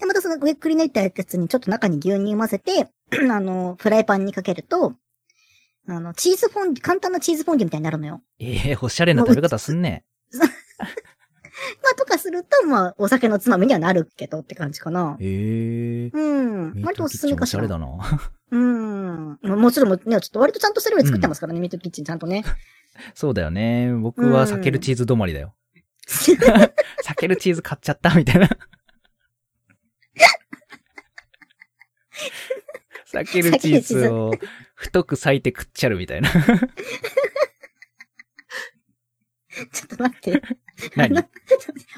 Speaker 2: で、またその上くり抜いたやつにちょっと中に牛乳混ぜて、 あの、フライパンにかけると、あの、チーズフォンデュ、簡単なチーズフォンデュみたいになるのよ。
Speaker 1: ええおしゃれな食べ方すんね。
Speaker 2: まあ、とかすると、まあ、お酒のつまみにはなるけどって感じかな。
Speaker 1: へえ。
Speaker 2: うん。
Speaker 1: ミー
Speaker 2: 割
Speaker 1: ト
Speaker 2: とお
Speaker 1: キッチ
Speaker 2: すすめ
Speaker 1: ンお
Speaker 2: か
Speaker 1: し
Speaker 2: し
Speaker 1: ゃ
Speaker 2: ら
Speaker 1: れ。だな。
Speaker 2: うん。まあもちろん、ね、ちょっと割とちゃんとした料理作ってますからね、ミートキッチンちゃん とね。
Speaker 1: そうだよね。僕は避けるチーズ止まりだ よ。避けるチーズ買っちゃったみたいな。避けるチーズを太く裂いて食っちゃるみ たいな。
Speaker 2: ちょっと待って。
Speaker 1: 何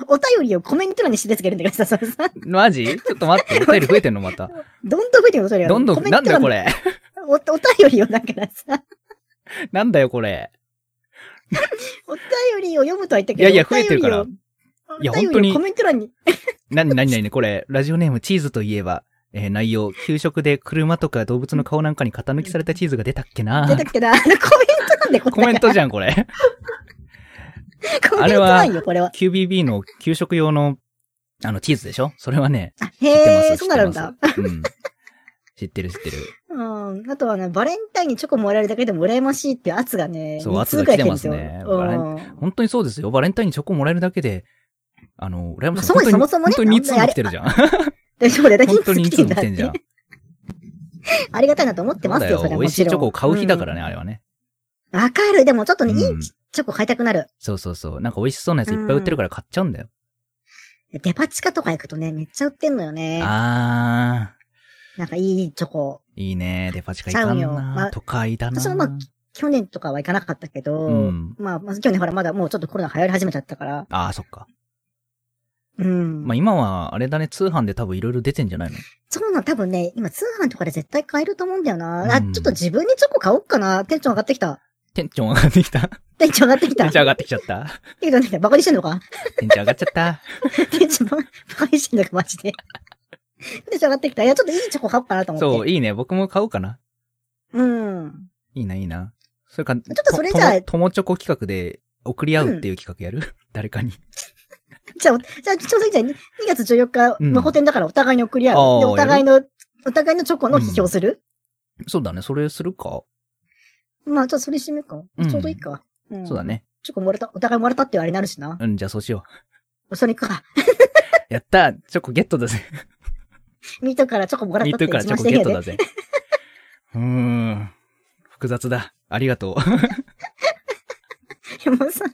Speaker 2: お便りをコメント欄にしでつけるんだけどさ、それさ、
Speaker 1: マジちょっと待って。お便り増えてんのまた。
Speaker 2: どんどん増えてるよ、それ。
Speaker 1: どんど
Speaker 2: コ
Speaker 1: ん、
Speaker 2: メン
Speaker 1: なん
Speaker 2: ト
Speaker 1: だよ
Speaker 2: 欄
Speaker 1: これ。
Speaker 2: お、お便りをだからさ、
Speaker 1: なんだよこれ。
Speaker 2: お便りを読むとは言ったけど、
Speaker 1: いやいや、
Speaker 2: お
Speaker 1: 増
Speaker 2: 便
Speaker 1: え
Speaker 2: りを
Speaker 1: てるから。いや
Speaker 2: お便り
Speaker 1: 本
Speaker 2: を
Speaker 1: 当に
Speaker 2: コメント欄に。
Speaker 1: なになになにこれ、ラジオネームチーズといえば、えー内容、給食で車とか動物の顔なんかに型抜きされたチーズが出たっけな
Speaker 2: 出たっけな、あのコメントなんで、これ
Speaker 1: コメントじゃん、これ。
Speaker 2: コ
Speaker 1: あ
Speaker 2: メン
Speaker 1: れ
Speaker 2: ト
Speaker 1: は
Speaker 2: 欄よ、これは。
Speaker 1: QBB の給食用の、あの、チーズでしょそれはね、
Speaker 2: あ
Speaker 1: 知ってま
Speaker 2: へ
Speaker 1: す。
Speaker 2: え、そうなるんだ。
Speaker 1: 知ってます。うん。知ってる、知ってる。
Speaker 2: うん。あとはね、バレンタインにチョコもらえるだけでも羨ましいっていう圧がね、
Speaker 1: そう
Speaker 2: 2
Speaker 1: 圧
Speaker 2: 通
Speaker 1: が
Speaker 2: くら
Speaker 1: 来
Speaker 2: い
Speaker 1: て
Speaker 2: 来てるん
Speaker 1: ま
Speaker 2: です
Speaker 1: す
Speaker 2: よ。
Speaker 1: ね
Speaker 2: うん
Speaker 1: 本当にそうですよ。バレンタインにチョコもらえるだけで、あの、羨ましい。
Speaker 2: そもそ
Speaker 1: 本
Speaker 2: も
Speaker 1: 当に
Speaker 2: そもそもね
Speaker 1: 本当に2通も来てるじゃん。
Speaker 2: 大丈夫だよ、大丈
Speaker 1: 本
Speaker 2: 夫
Speaker 1: 当に2通も来てんじゃん。
Speaker 2: ありがたいなと思っ
Speaker 1: そ
Speaker 2: て
Speaker 1: う
Speaker 2: ます
Speaker 1: だ
Speaker 2: よ、
Speaker 1: よ
Speaker 2: それはもちろん。
Speaker 1: 美味しいチョコを買う日だからね、あれはね。
Speaker 2: うん。わかる。でもちょっとね、
Speaker 1: うん
Speaker 2: いいチョコ買いたくなる。
Speaker 1: そうそうそう。なんか美味しそうなやついっぱい売ってるから買っちゃうんだよ。
Speaker 2: デパ地下とか行くとね、めっちゃ売ってんのよね。
Speaker 1: あ
Speaker 2: なんかいいチョコ。
Speaker 1: ー、いいね。デパ地下行かん
Speaker 2: ちゃ
Speaker 1: な。
Speaker 2: うよまあ
Speaker 1: 都会だな。
Speaker 2: 私もまあ去年とかは行かなかったけど、
Speaker 1: うん
Speaker 2: まあ、まず去年ほらまだもうちょっとコロナ流行り始めちゃったから、
Speaker 1: あー、そっか。
Speaker 2: うん。
Speaker 1: まあ今は、あれだね、通販で多分いろいろ出てんじゃないの
Speaker 2: そうなの、多分ね、今通販とかで絶対買えると思うんだよな。あ、
Speaker 1: う
Speaker 2: ちょ
Speaker 1: ん
Speaker 2: っと自分にチョコ買おっかな。テンション上がってきた。
Speaker 1: テンション上がってきた
Speaker 2: テンション上がってき
Speaker 1: テ
Speaker 2: た。
Speaker 1: ンション上
Speaker 2: が
Speaker 1: がってきちゃった
Speaker 2: ってきた。バカにしてんのか
Speaker 1: テンション上がっちゃった。
Speaker 2: テンションバカにしてんのか、マジで。テンション上がってきた。いや、ちょっといいチョコ買おうかなと思って。
Speaker 1: そう、いいね。僕も買おうかな。
Speaker 2: うん。
Speaker 1: いいな、いいな。それか、ちょっ
Speaker 2: とそれじゃあ
Speaker 1: 友チョコ企画で送り合うっていう企画やる、 誰かに。
Speaker 2: じゃあ、じゃあ、ちょうどいいじゃん。2月14日、
Speaker 1: うん
Speaker 2: 魔法店だからお互いに送り合う。
Speaker 1: あー
Speaker 2: で、お互いの、お互いのチョコの批評する、
Speaker 1: そうだね、それするか。
Speaker 2: まあ、ちょっとそれ締めか
Speaker 1: うん。
Speaker 2: ちょうどいいか。うん
Speaker 1: そうだ。ね。
Speaker 2: チョコもらった、お互いもらったっていうあれになるしな。
Speaker 1: うん、じゃあそうしよ
Speaker 2: それか。
Speaker 1: う。やったチョコゲットだぜ。
Speaker 2: ミートからチョコもらっ
Speaker 1: ミ
Speaker 2: た
Speaker 1: ー
Speaker 2: って
Speaker 1: ト
Speaker 2: 一
Speaker 1: からチ
Speaker 2: 番
Speaker 1: ョコ
Speaker 2: 下
Speaker 1: ゲ
Speaker 2: や
Speaker 1: ット
Speaker 2: で
Speaker 1: だ。ぜ。うーん。複雑だ。ありがとう。
Speaker 2: で もさ、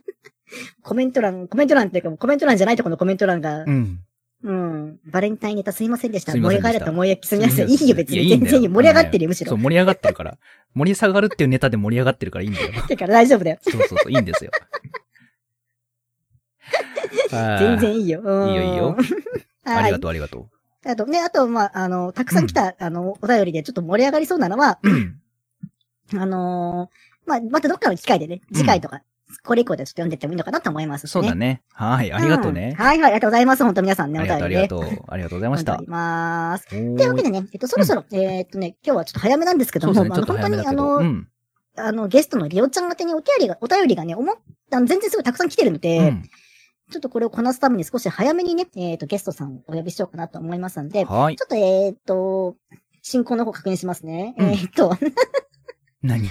Speaker 2: コメント欄、コメント欄っていうか、コメント欄じゃないとこのコメント欄が
Speaker 1: う、ん。
Speaker 2: うん、バレンタインネタすいませんでした。
Speaker 1: すいま
Speaker 2: 盛
Speaker 1: せん
Speaker 2: り上
Speaker 1: でした
Speaker 2: がれた盛り上がすみません。いいよ、別
Speaker 1: や
Speaker 2: に。全
Speaker 1: んだよ
Speaker 2: 然いいよ。盛り上がってるよ、む し
Speaker 1: そ
Speaker 2: ろ
Speaker 1: う、。盛り上がってるから。盛り下がるっていうネタで盛り上がってるからいいんだ よ。
Speaker 2: だから大丈夫だよ。
Speaker 1: そうそうそう、いいんですよ。
Speaker 2: 全
Speaker 1: 全
Speaker 2: 然いいよ。うん
Speaker 1: いいよいいよ。あ
Speaker 2: は
Speaker 1: り
Speaker 2: い
Speaker 1: が。とう、ありがと
Speaker 2: あとね、あと、まあ、あの、たくさん来た、あの、お便りでちょっと盛り上がりそうなのは、
Speaker 1: う。うん
Speaker 2: あのーまあ、またどっかの機会でね、次回とか、これ以降でちょっと読んでってもいいのかなと思います、ね。
Speaker 1: そうだ
Speaker 2: ね。
Speaker 1: ね。はい、ありがとう
Speaker 2: うん
Speaker 1: ね。
Speaker 2: はいはい、ありがとうございます。本当皆さんね、
Speaker 1: あ
Speaker 2: お
Speaker 1: りが
Speaker 2: 便
Speaker 1: とう、あ
Speaker 2: り
Speaker 1: りが。
Speaker 2: ね
Speaker 1: とう。ありがとうございまし
Speaker 2: 読んで
Speaker 1: た
Speaker 2: おり。ます。
Speaker 1: とい
Speaker 2: というわけでね、えっと、そろそろ、えーっとね、今日はちょっと早めなんですけど
Speaker 1: そ
Speaker 2: も、
Speaker 1: うですね、
Speaker 2: あ
Speaker 1: ちょっと
Speaker 2: の本当
Speaker 1: 早め
Speaker 2: に
Speaker 1: だ
Speaker 2: あ
Speaker 1: けど。う
Speaker 2: の、
Speaker 1: ん。
Speaker 2: あの、ゲストのリオちゃん宛てにお便りが、お便りがね、思った、あの全然すごいたくさん来てるので、
Speaker 1: うん。
Speaker 2: ちょっとこれをこなすために少し早めにね、えっ、と、ゲストさんをお呼びしようかなと思いますので、ちょ
Speaker 1: はい。
Speaker 2: っとえっ、と、進行の方確認しますね。
Speaker 1: うん
Speaker 2: えっ、と、
Speaker 1: 何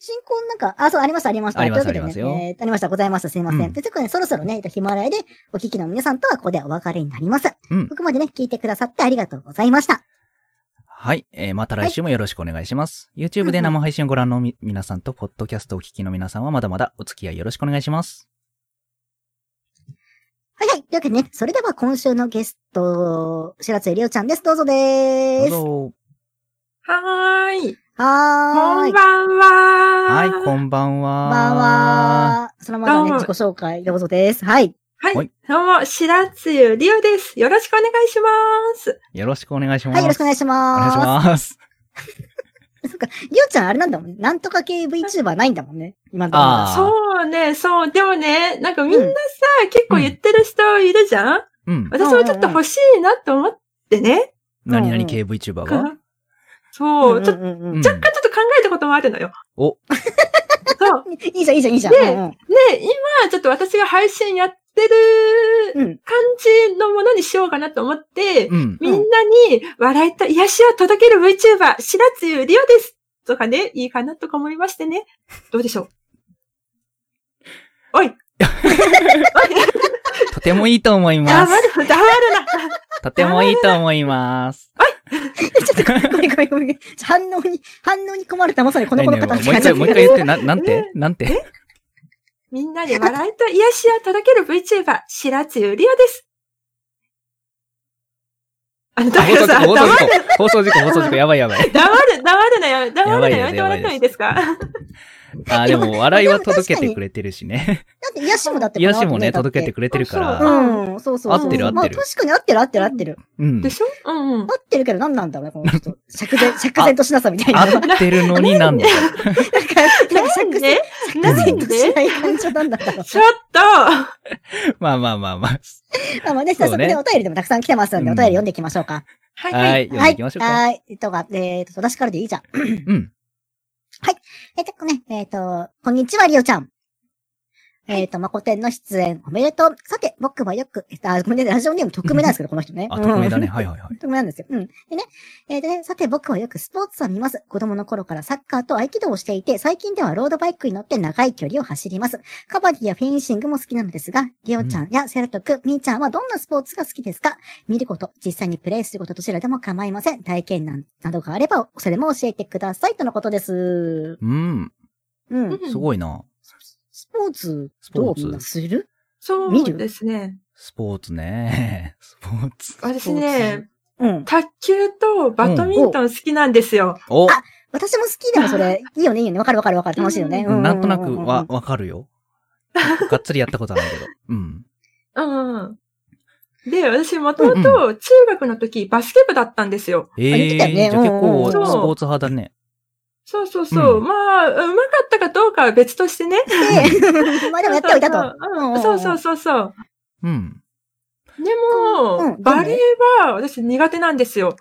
Speaker 2: 進行なんか、あ、そう、ありました、ありました。
Speaker 1: あります
Speaker 2: というわけで
Speaker 1: あ
Speaker 2: ね
Speaker 1: ります
Speaker 2: えーありました、ございます。すいません。
Speaker 1: うん
Speaker 2: で、ということで、ね、そろそろね、えっとヒマラヤでお聞きの皆さんとはここでお別れになります。
Speaker 1: うん
Speaker 2: ここまでね、聞いてくださってありがとうございました。
Speaker 1: はい。えーまた来週もよろしくお願いします。YouTube で生配信をご覧のみ皆さんと、ポッドキャストをお聞きの皆さんはまだまだお付き合いよろしくお願いします。
Speaker 2: はいはい。というわけでね、それでは今週のゲスト、白津りおちゃんです。どうぞ
Speaker 1: ど
Speaker 2: で
Speaker 1: う
Speaker 2: ーす。
Speaker 1: ぞ。
Speaker 3: はーい。
Speaker 2: は
Speaker 3: こ
Speaker 2: ーい。
Speaker 3: んばんは。
Speaker 1: はい、こんばんは。
Speaker 2: こんばん。は。そのまま
Speaker 3: どう
Speaker 2: ね、
Speaker 3: も
Speaker 2: 自己紹介どうぞです。はい。
Speaker 3: はい。
Speaker 1: はい
Speaker 3: どうも、白つゆりおです。よろしくお願いします。
Speaker 1: よろしくお願いします。
Speaker 2: はい、よろしくお願いし
Speaker 1: お
Speaker 2: ま
Speaker 1: 願い
Speaker 2: す。
Speaker 1: します。
Speaker 2: そっか、りおちゃんあれなんだもんね。なんとか系 VTuber ないんだもんね。今のところ
Speaker 1: あー
Speaker 3: そうね、そう。でもね、なんかみんなさ、
Speaker 2: うん
Speaker 3: 結構言ってる人いるじゃん、
Speaker 1: うん。
Speaker 3: 私もちょっと欲しいなと思ってね。
Speaker 1: 何々
Speaker 2: うん
Speaker 1: 系 VTuber
Speaker 3: か
Speaker 1: が
Speaker 3: なそう、
Speaker 2: ん
Speaker 3: ちょっと、
Speaker 2: うんうん
Speaker 1: うん
Speaker 2: うん
Speaker 3: 若干ちょっと考えたこともあるのよ。
Speaker 1: お、
Speaker 3: そう。
Speaker 2: いいじゃん、いいじゃん、いいじゃん。
Speaker 3: で
Speaker 2: うんうん
Speaker 3: ね、今、ちょっと私が配信やってる
Speaker 2: うん。
Speaker 3: 感じのものにしようかなと思って、
Speaker 1: うん。
Speaker 3: みんなに笑いと癒しを届ける VTuber、白津ゆりおですとかね、いいかなとか思いましてね。どうでしょうおいおい
Speaker 1: とてもいいと思い
Speaker 3: 黙
Speaker 1: ま
Speaker 3: る
Speaker 1: す。、
Speaker 3: 黙るな
Speaker 1: とてもいいと思います。
Speaker 2: ごめんごめんごめん。ちょ反応に、反応に困るとまさにこの子の方
Speaker 1: ねえねえもう一 回、もう一回言って、な、なんてなんて
Speaker 3: みんなに笑いと癒しを届ける VTuber、白津ゆりおですあの、だ
Speaker 1: 放送事
Speaker 3: からさ、
Speaker 1: 故、放
Speaker 3: 黙
Speaker 1: 送
Speaker 3: る
Speaker 1: 事故、放送事故、放送事故、やばいやば い。
Speaker 3: 黙る、黙るなよ、黙るなよ、
Speaker 1: やばいです
Speaker 3: やめてもらってもいいですか
Speaker 1: あー、でも、笑いは届けてくれてるしね。
Speaker 2: だって、癒しもだってこ の
Speaker 1: 癒
Speaker 2: 後
Speaker 1: しもね、
Speaker 2: だっ
Speaker 1: 届けてくれてるか
Speaker 3: そう
Speaker 1: ら。
Speaker 2: うん、そうそうそう。
Speaker 1: 合ってる合ってる
Speaker 2: まあ確かに合ってる合ってる合ってる。
Speaker 1: うん
Speaker 3: で。しょうんうん
Speaker 2: 合。ってるけど何なんだろうね、このち ょっと。釈然、釈然としなさみたいな。
Speaker 1: 合
Speaker 2: なんか、
Speaker 1: ってるのになん で
Speaker 2: なんか
Speaker 3: なん
Speaker 2: 釈然、
Speaker 3: で
Speaker 2: 釈
Speaker 1: なんで
Speaker 2: 然としない感情なんだろう。
Speaker 3: ちょっと、
Speaker 1: まあまあまあまあ。
Speaker 2: まあまあね、
Speaker 1: そう
Speaker 2: 早
Speaker 1: ね
Speaker 2: 速ね、お便りでもたくさん来てますので、
Speaker 1: うん
Speaker 2: お便り読んでいきましょうか。
Speaker 3: はいは。
Speaker 1: はいい、読んでいきましょうか。
Speaker 2: はい。とか、えっと、私からでいいじゃん。
Speaker 1: うん。
Speaker 2: えっとね、えっ、と、こんにちは、りおちゃん。えっ、と、まこてんの出演おめでとう。さて、僕はよく、えっと、あ、ごめんね、ラジオネーム匿名なんですけ ど、この人ね。
Speaker 1: あ、匿名だね。
Speaker 2: うん
Speaker 1: はいはいはい。
Speaker 2: 匿名なん ですよ。うん。でね、えっ、とね、さて僕はよくスポーツは見ます。子供の頃からサッカーと合気道をしていて、最近ではロードバイクに乗って長い距離を走ります。カバディやフェンシングも好きなのですが、りおちゃんやセラトく、みーちゃんはどんなスポーツが好きですか見ること、実際にプレイすることどちらでも構いません。体験談などがあれば、それも教えてください。とのことです。
Speaker 1: うん。
Speaker 2: うん。
Speaker 3: うん
Speaker 1: すごいな。
Speaker 2: スポーツ、
Speaker 1: スポ
Speaker 2: どう
Speaker 1: ーツ
Speaker 2: みんなする見
Speaker 3: そう
Speaker 2: る
Speaker 3: ですね。
Speaker 1: スポーツね。 スポーツ。
Speaker 3: 私ね、
Speaker 2: うん。
Speaker 3: 卓球とバドミントン好きなんですよ。
Speaker 1: お、
Speaker 2: あ私も好きでもそ れ、いいよね、いいよね。わかるわかるわかる。楽しいよね。
Speaker 3: う
Speaker 2: うううう
Speaker 1: なんとなくわ、わかるよ。がっつりやったことはないけど。うん。
Speaker 3: うんうん。で、私もともと中学の時バスケ部だったんですよ。
Speaker 1: ええ
Speaker 2: 言ってたよね
Speaker 1: じゃあ結
Speaker 2: うんうん
Speaker 1: 構
Speaker 2: う
Speaker 1: ス
Speaker 3: ん
Speaker 1: ポーツ派だね。
Speaker 3: そうそうそう。
Speaker 1: うん
Speaker 3: まあ、うまかったかどうかは別としてね。
Speaker 2: で まあでもやっておいたと。
Speaker 3: うんそうそうそうそう。
Speaker 1: うん。
Speaker 3: で
Speaker 2: うん
Speaker 3: も、
Speaker 2: うん
Speaker 3: バレーは私苦手なんですよ。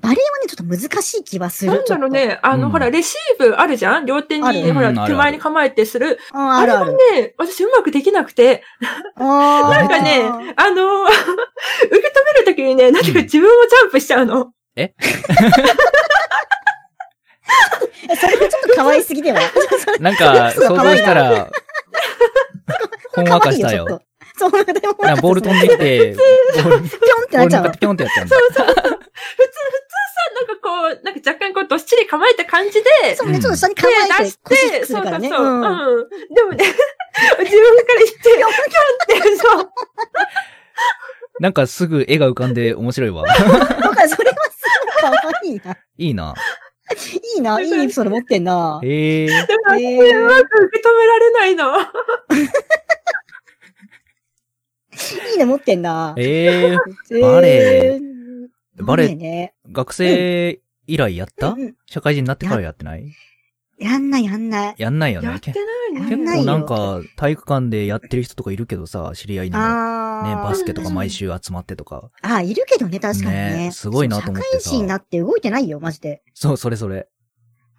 Speaker 2: バレーはね、ちょっと難しい気はする。
Speaker 3: なんだろうね、あ
Speaker 1: うん
Speaker 3: の、ほら、レシーブあるじゃん両手
Speaker 2: ある
Speaker 3: に、ほ
Speaker 1: う
Speaker 3: ら
Speaker 1: んあるあ、る
Speaker 3: 手前に構えてする。
Speaker 2: ちょっと。うん、あるある。
Speaker 3: ね、私うまくできなくて。
Speaker 2: な
Speaker 3: なんかね、あの、 受け止めるときにね、なぜか自分もジャンプしちゃうの。
Speaker 2: それがちょっと可愛すぎでは。
Speaker 1: なん か、
Speaker 2: すご
Speaker 1: 想像
Speaker 2: い
Speaker 1: したら、 ほんわかした
Speaker 2: 可愛い
Speaker 1: よ。
Speaker 2: ちょっとそう、でも
Speaker 1: なんかボール飛んでき て、ボール
Speaker 2: ピョンって
Speaker 1: ボ
Speaker 2: な
Speaker 1: ール
Speaker 2: っち
Speaker 1: に
Speaker 2: ゃ
Speaker 1: 向か
Speaker 2: う
Speaker 1: ってピョンってやったんだ。
Speaker 3: 普通、普通さ、なんかこう、なんか若干こう、どっしり構えた感じ
Speaker 2: の。
Speaker 3: で、手
Speaker 2: そうね、ちょっと下に構え
Speaker 3: 出
Speaker 2: て
Speaker 3: し、
Speaker 2: 腰引
Speaker 3: て、
Speaker 2: く
Speaker 3: そう
Speaker 2: から
Speaker 3: そう
Speaker 2: ね。
Speaker 3: そう。うん
Speaker 2: ん。あ、。
Speaker 3: でもね、 自分から言って、ピョンって、そう。
Speaker 1: なんかすぐ絵が浮かんで面白いわ。
Speaker 2: だからそれはすごい可愛いな。
Speaker 1: いいな。
Speaker 2: いいな、いいエピソード持ってんな。
Speaker 1: へえ。
Speaker 3: でも、
Speaker 2: え
Speaker 3: うまく受け止められないの。
Speaker 2: いいの持ってんな。
Speaker 1: ええ。バ
Speaker 2: バ
Speaker 1: レ
Speaker 2: ー
Speaker 1: バレー
Speaker 2: ね。
Speaker 1: 学生以来やった
Speaker 2: うんうん
Speaker 1: 社会人になってからやってない
Speaker 2: やんない、やんない。
Speaker 1: やんないよ
Speaker 3: や
Speaker 1: ね
Speaker 3: っ。て
Speaker 1: け
Speaker 3: ない
Speaker 2: や
Speaker 1: 結
Speaker 3: ね。
Speaker 2: んないよ
Speaker 1: 構なんか、体育館でやってる人とかいるけどさ、知り合いにも。ね、
Speaker 2: あー
Speaker 1: バスケとか毎週集まってとか。
Speaker 2: あ、いるけどね、確かにね。
Speaker 1: ねすごいなと思ってさ
Speaker 2: そう社会人になって動いてないよ、マジで。
Speaker 1: そう、それそれ。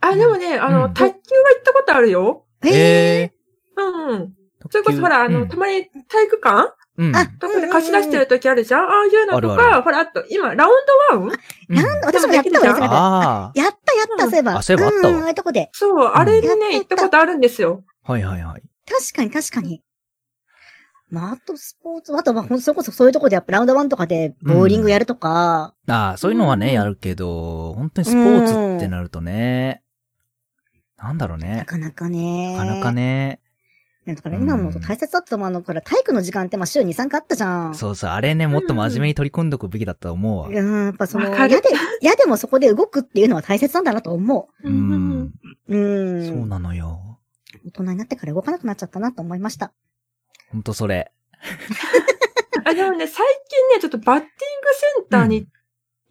Speaker 3: あ、でもね、あ
Speaker 1: うん
Speaker 3: の、卓球は行ったことあるよ。
Speaker 1: え
Speaker 3: うん。
Speaker 1: ー
Speaker 3: それこそほら、あの、
Speaker 1: うん
Speaker 3: たまに体育館
Speaker 1: うん。
Speaker 2: あ
Speaker 3: とかで貸し出してる時あるじゃん、ああいうのと
Speaker 1: あるあ
Speaker 3: か、ほら、あと、今、ラウンドワウン
Speaker 1: うん
Speaker 2: なんだ、私もやったわ、
Speaker 3: でもできるじ
Speaker 2: や
Speaker 3: ゃん
Speaker 2: ったやっ
Speaker 1: あ
Speaker 2: た、やった、そういえば。
Speaker 1: あそういえばあったわ
Speaker 2: うん、ああいうとこで。
Speaker 3: そう、あれでね、
Speaker 2: や
Speaker 3: 行
Speaker 2: っ
Speaker 3: っ
Speaker 2: た
Speaker 3: てたことあるんですよ。
Speaker 1: あ。はいはいはい。
Speaker 2: 確かに、確かに。まあ、あとスポーツ、あとは、ほんそれこそそういうとこで、やっぱラウンドワンとかで、ボーリングやるとか、
Speaker 1: ああ、そういうのはね、やるけど、本当にスポーツってなるとね、なんだろう
Speaker 2: な
Speaker 1: ね。
Speaker 2: かなかね。
Speaker 1: なかなか。ね、
Speaker 2: だから今も大切だったのは、あの、ほら、体育の時間って、まあ、週2、3回あったじゃん。
Speaker 1: そうそう、あれね、もっと真面目に取り組んどくべきだと思うわ。
Speaker 2: うん、やっぱその、
Speaker 3: わ
Speaker 2: や
Speaker 3: か
Speaker 2: で
Speaker 3: る、
Speaker 2: やでもそこで動くっていうのは大切なんだなと思
Speaker 1: う
Speaker 3: うん
Speaker 1: ん。
Speaker 2: う。うん。
Speaker 1: そうなのよ。
Speaker 2: 大人になってから動かなくなっちゃったなと思いました。
Speaker 1: ほんとそれ。
Speaker 3: あ、でもね、最近ね、ちょっとバッティングセンターに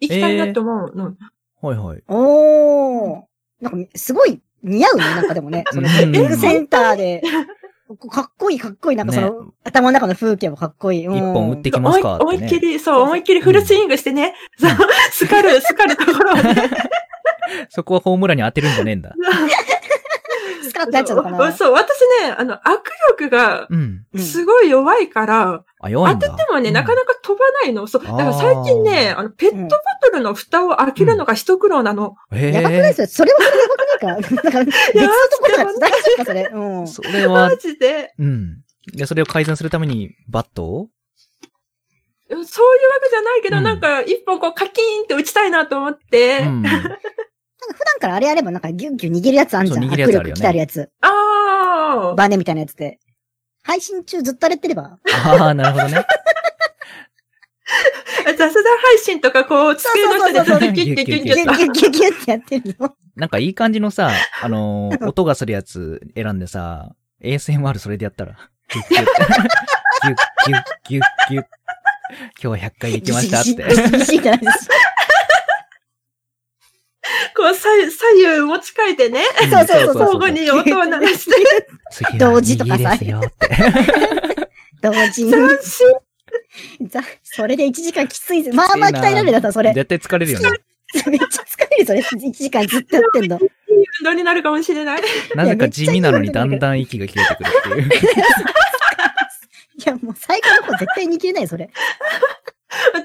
Speaker 3: 行きたいなと思うの。
Speaker 1: はいはい。
Speaker 2: おー。なんか、すごい 似合うね、なんかでもね。その、
Speaker 1: うん
Speaker 2: ゲームセンターで、かっこいいかっこいい、なんかその、頭の中の風景もかっこいい。一
Speaker 1: 一本打ってきま
Speaker 3: 思
Speaker 1: す
Speaker 3: い
Speaker 1: か
Speaker 3: 思
Speaker 1: っ
Speaker 3: い
Speaker 1: て
Speaker 3: っき
Speaker 1: ね。
Speaker 3: り、そう、思いっきりフルスイングしてね、
Speaker 1: うん
Speaker 3: そう、ス カる、スカるところをね、
Speaker 1: そこはホームランに当てるんじゃねえんだ。
Speaker 2: スカッとなっちゃうのかな。
Speaker 3: そう、私ね、あの、握力が
Speaker 1: うん。
Speaker 2: うん
Speaker 3: すごい弱いから、
Speaker 1: あ、弱いん
Speaker 3: 当
Speaker 1: だ。
Speaker 3: ててもね、なか
Speaker 1: か。
Speaker 3: なか飛ばないの。そう、だから
Speaker 1: あー
Speaker 3: 最近ね、あの、ペットボトルの蓋を開けるのが一苦労なの。
Speaker 1: へ
Speaker 2: やばくない
Speaker 1: え
Speaker 2: ですよ。それはそれでやばくないか。なん か、別のところから大丈夫か、それ。うん。
Speaker 1: それは
Speaker 3: マ、ジで。
Speaker 1: うん。で、それを改善するために、バットを
Speaker 3: そういうわけじゃないけど、
Speaker 1: うん
Speaker 3: なんか、一本こう、カキーンって打ちたいなと思って、
Speaker 1: うん。
Speaker 2: 普段からあれやればなんかギュンギュン握るやつあんじゃん。
Speaker 1: そう握るや
Speaker 2: 握
Speaker 1: つある
Speaker 2: 力
Speaker 1: よね
Speaker 2: 鍛えるやつ。
Speaker 3: ああ、
Speaker 2: バネみたいなやつで。配信中ずっとあれやってれば。
Speaker 1: ああ、なるほどね。
Speaker 3: 雑談配信とか、こう、机の下で
Speaker 2: そうそうそう
Speaker 1: そう
Speaker 3: キュッキュッキュッ
Speaker 2: ギ
Speaker 3: キ
Speaker 2: ュ
Speaker 3: ュ
Speaker 2: ンギュ
Speaker 3: ッ
Speaker 2: ンギュンギュンギュンってやってるよ。
Speaker 1: なんかいい感じの さ、あのー音がするやつ選んでさ、ASMR それでやったら。ギュ ッギュッ。ギュッギュッギュッギュッ。今日は100回できましたっ
Speaker 2: ギシ
Speaker 1: て。
Speaker 2: ギシギシギシってなるし
Speaker 3: こう、左左右持ち替えてね、
Speaker 2: そうそうそう
Speaker 3: 交互に音を鳴らして、
Speaker 1: 次は
Speaker 2: 同時とかさ
Speaker 1: 右ですよって。
Speaker 2: 同時に。
Speaker 3: 斬新
Speaker 2: ざそれで1時間きついぜ。まあまあ鍛えられたな、それ。めっ
Speaker 1: 絶対疲れるよね。
Speaker 2: ちゃ疲れる、それ。1時間ずっとやって んの。
Speaker 3: 運動になるかもしれない。
Speaker 1: なぜか地味なのにだんだん息が切れてくるっ ていう。
Speaker 2: いや、もう最後の方絶対握れないよ、それ。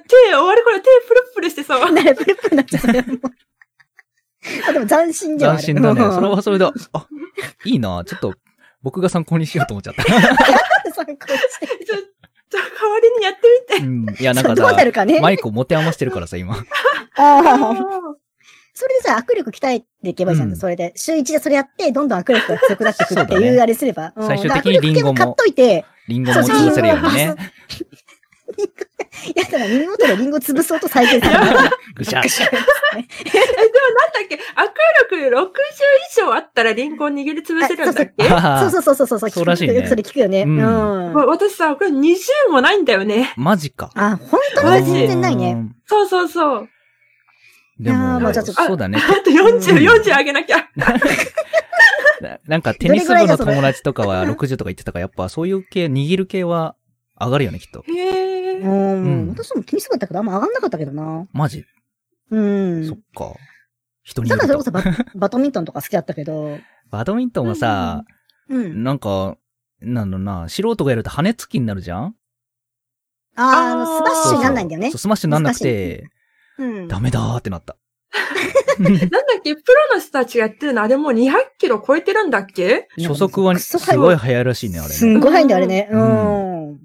Speaker 3: 手、終わりこれ手プルプルしてさ、
Speaker 2: ならプルプルになっちゃうそれはもう。あ、でも斬新じゃん。
Speaker 1: 斬新だね。
Speaker 2: あれ
Speaker 1: そ れはそれで、あ、いいなちょっと、僕が参考にしようと思っちゃった。
Speaker 2: 参考にして
Speaker 3: ちょ、ちょ、代わりにやってみて。
Speaker 1: うん。いや、なんか
Speaker 2: どう
Speaker 1: さ
Speaker 2: な、るかね。
Speaker 1: マイクを持て余してるからさ、 今。
Speaker 2: ああ。それでじゃあ握力鍛えていけばいいじゃん。
Speaker 1: うん
Speaker 2: それで。週一でそれやって、どんどん握力が強くなってくるって
Speaker 1: そうだ
Speaker 2: いう
Speaker 1: ね
Speaker 2: あれすれば。うん
Speaker 1: 最終的にリンゴも
Speaker 2: だから握力計買っといて、
Speaker 1: リンゴ持ち出せるようにね。
Speaker 2: いや、だから耳元でリンゴ潰そうと再現する。
Speaker 1: ぐしゃ。
Speaker 3: え、でもなんだっけ握力60以上あったらリンゴを握りつぶせるんだっ け
Speaker 1: あ
Speaker 2: そう
Speaker 1: ー
Speaker 2: そうそうそうそう。そう
Speaker 1: そうらしいね
Speaker 2: よくそれ聞くよね。う
Speaker 1: うん
Speaker 2: ん。
Speaker 3: わ私さ、これ20もないんだよね。
Speaker 1: マジか。
Speaker 2: あ、本当に全然ないね。
Speaker 1: うん。
Speaker 3: そうそうそう。
Speaker 1: で
Speaker 2: いやーも
Speaker 1: も
Speaker 2: うちょっと、
Speaker 1: そうだね。
Speaker 3: あと40、
Speaker 1: うん
Speaker 3: 40上げなきゃ。
Speaker 1: ななんかテニス部の友達とかは60とか言ってたから、やっぱそういう系、握る系は上がるよね、きっと。
Speaker 3: へ
Speaker 2: う
Speaker 3: え。
Speaker 1: うん
Speaker 2: ん。私もテニス部だったけど、あんま上がんなかったけどな。
Speaker 1: マジ
Speaker 2: うん。
Speaker 1: そっか。人に
Speaker 2: だ
Speaker 1: よ
Speaker 2: から
Speaker 1: る
Speaker 2: それこそ
Speaker 1: と。
Speaker 2: ババドミントンとか好きだったけど。
Speaker 1: バドミントンはさ、
Speaker 2: うん。
Speaker 1: なんか、なんだろうな、素人がやると羽根つきになるじゃん
Speaker 2: あーあの、スマッ
Speaker 3: そうそ
Speaker 2: シュ
Speaker 3: う
Speaker 2: になんないんだよね
Speaker 1: そう。スマッシュになんなくて、
Speaker 2: うん。
Speaker 1: ダメだーってなった。
Speaker 3: なんだっけプロの人たちがやってるのあれもう200キロ超えてるんだっけ
Speaker 1: 初速は
Speaker 2: クソ
Speaker 1: す
Speaker 2: 速い
Speaker 1: ごい早いらしいね、あれね。
Speaker 2: すんごい早いんだよ、あれね。う。
Speaker 1: うん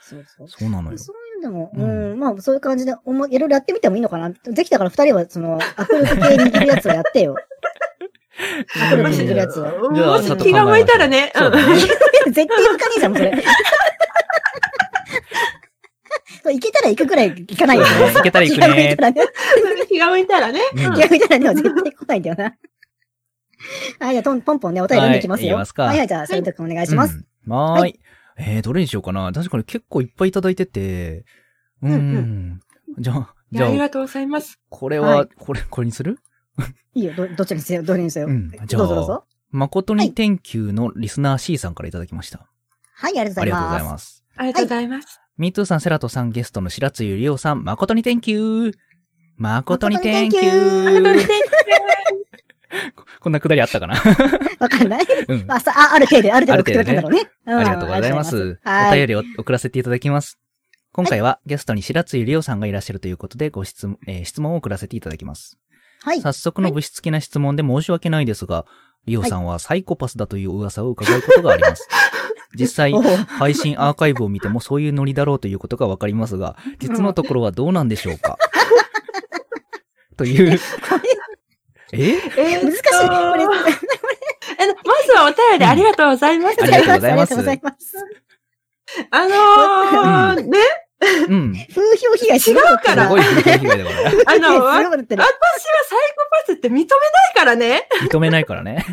Speaker 2: そうそう。
Speaker 1: そうなのよ。
Speaker 2: そういうのも、う
Speaker 1: うん
Speaker 2: ん、まあそういう感じで、おもいろいろやってみてもいいのかな。できたから二人は、その、握力系握るやつをやってよ。握力握るやつを。
Speaker 1: じゃあ
Speaker 3: も
Speaker 1: ちょっと考えま
Speaker 3: し
Speaker 1: しょう
Speaker 3: 気が向いたらね。
Speaker 1: そうだね。
Speaker 2: 絶対行かねえじゃん、それ。そう行けたら行くくらい行かないよね
Speaker 1: そうだね行けたら行くね
Speaker 2: 気が向いたらね。
Speaker 3: うん気が向
Speaker 1: うん
Speaker 2: 気が
Speaker 3: いたらね。
Speaker 2: 向いたらねは絶対来ないんだよな。はい、じゃあ、トンポンポンね、お便り読んでいきますよ。
Speaker 1: はい行きますか
Speaker 2: はいはい、じゃあ、それとお願いします。
Speaker 1: うんはーい。
Speaker 2: は
Speaker 1: えー、どれにしようかな。確かに結構いっぱいいただいてて、うーん。
Speaker 2: うん
Speaker 1: じゃあ、
Speaker 3: い
Speaker 1: じ
Speaker 3: やあり
Speaker 1: ゃあ、
Speaker 3: がとうございます。
Speaker 1: これは、
Speaker 2: はい
Speaker 1: これ、これにする
Speaker 2: いいよ、ど、どっちにせよ、どれにせよ。
Speaker 1: うんじゃあ
Speaker 2: どうぞどうぞ。
Speaker 1: 誠
Speaker 2: は
Speaker 1: に
Speaker 2: い
Speaker 1: 天球のリスナー C さんからいただきました。
Speaker 2: はい、ありがと
Speaker 1: あ
Speaker 2: うご
Speaker 1: り
Speaker 2: ざ
Speaker 1: が
Speaker 2: い
Speaker 1: とうござ
Speaker 2: ま
Speaker 1: い
Speaker 2: す。
Speaker 1: ます。
Speaker 3: ありがとうございます。
Speaker 1: ミートゥーさん、セラトさん、ゲストの白津ゆりおさん、誠に天球誠に天球
Speaker 2: 誠に
Speaker 3: Thank you
Speaker 1: ここんなくだりあったかな
Speaker 2: わかんない
Speaker 1: うん。
Speaker 2: まあ、さあ、ある程度、ある程度送ってくれたんだろうね。ん
Speaker 1: ありがとうございま
Speaker 2: あり
Speaker 1: す。お
Speaker 2: がとうござい
Speaker 1: 便りを送らせていただきます。今回はゲストに白津ゆりおさんがいらっしゃるということで、ご質問、えー質問を送らせていただきます。
Speaker 2: はい。
Speaker 1: 早速の物質的な質問で申し訳ないですが、リオさんはサイコパスだという噂を伺うことがあります。実際
Speaker 2: お、う
Speaker 1: 配信アーカイブを見てもそういうノリだろうということがわかりますが、実のところはどうなんでしょうかという、え
Speaker 3: えーっと
Speaker 2: 難しい。これ、
Speaker 3: あのまずはお便りありがとうございます。
Speaker 1: ありがとうございます
Speaker 2: ありがとうございます。
Speaker 3: あのー、ね、
Speaker 1: うん。す
Speaker 2: 風評被害違う
Speaker 3: 違うから
Speaker 1: ごい風評被害だから。
Speaker 3: あの、わ私はサイ
Speaker 2: だった
Speaker 3: コパ
Speaker 2: ら、
Speaker 3: スって認めないからね。
Speaker 1: 認めないからね。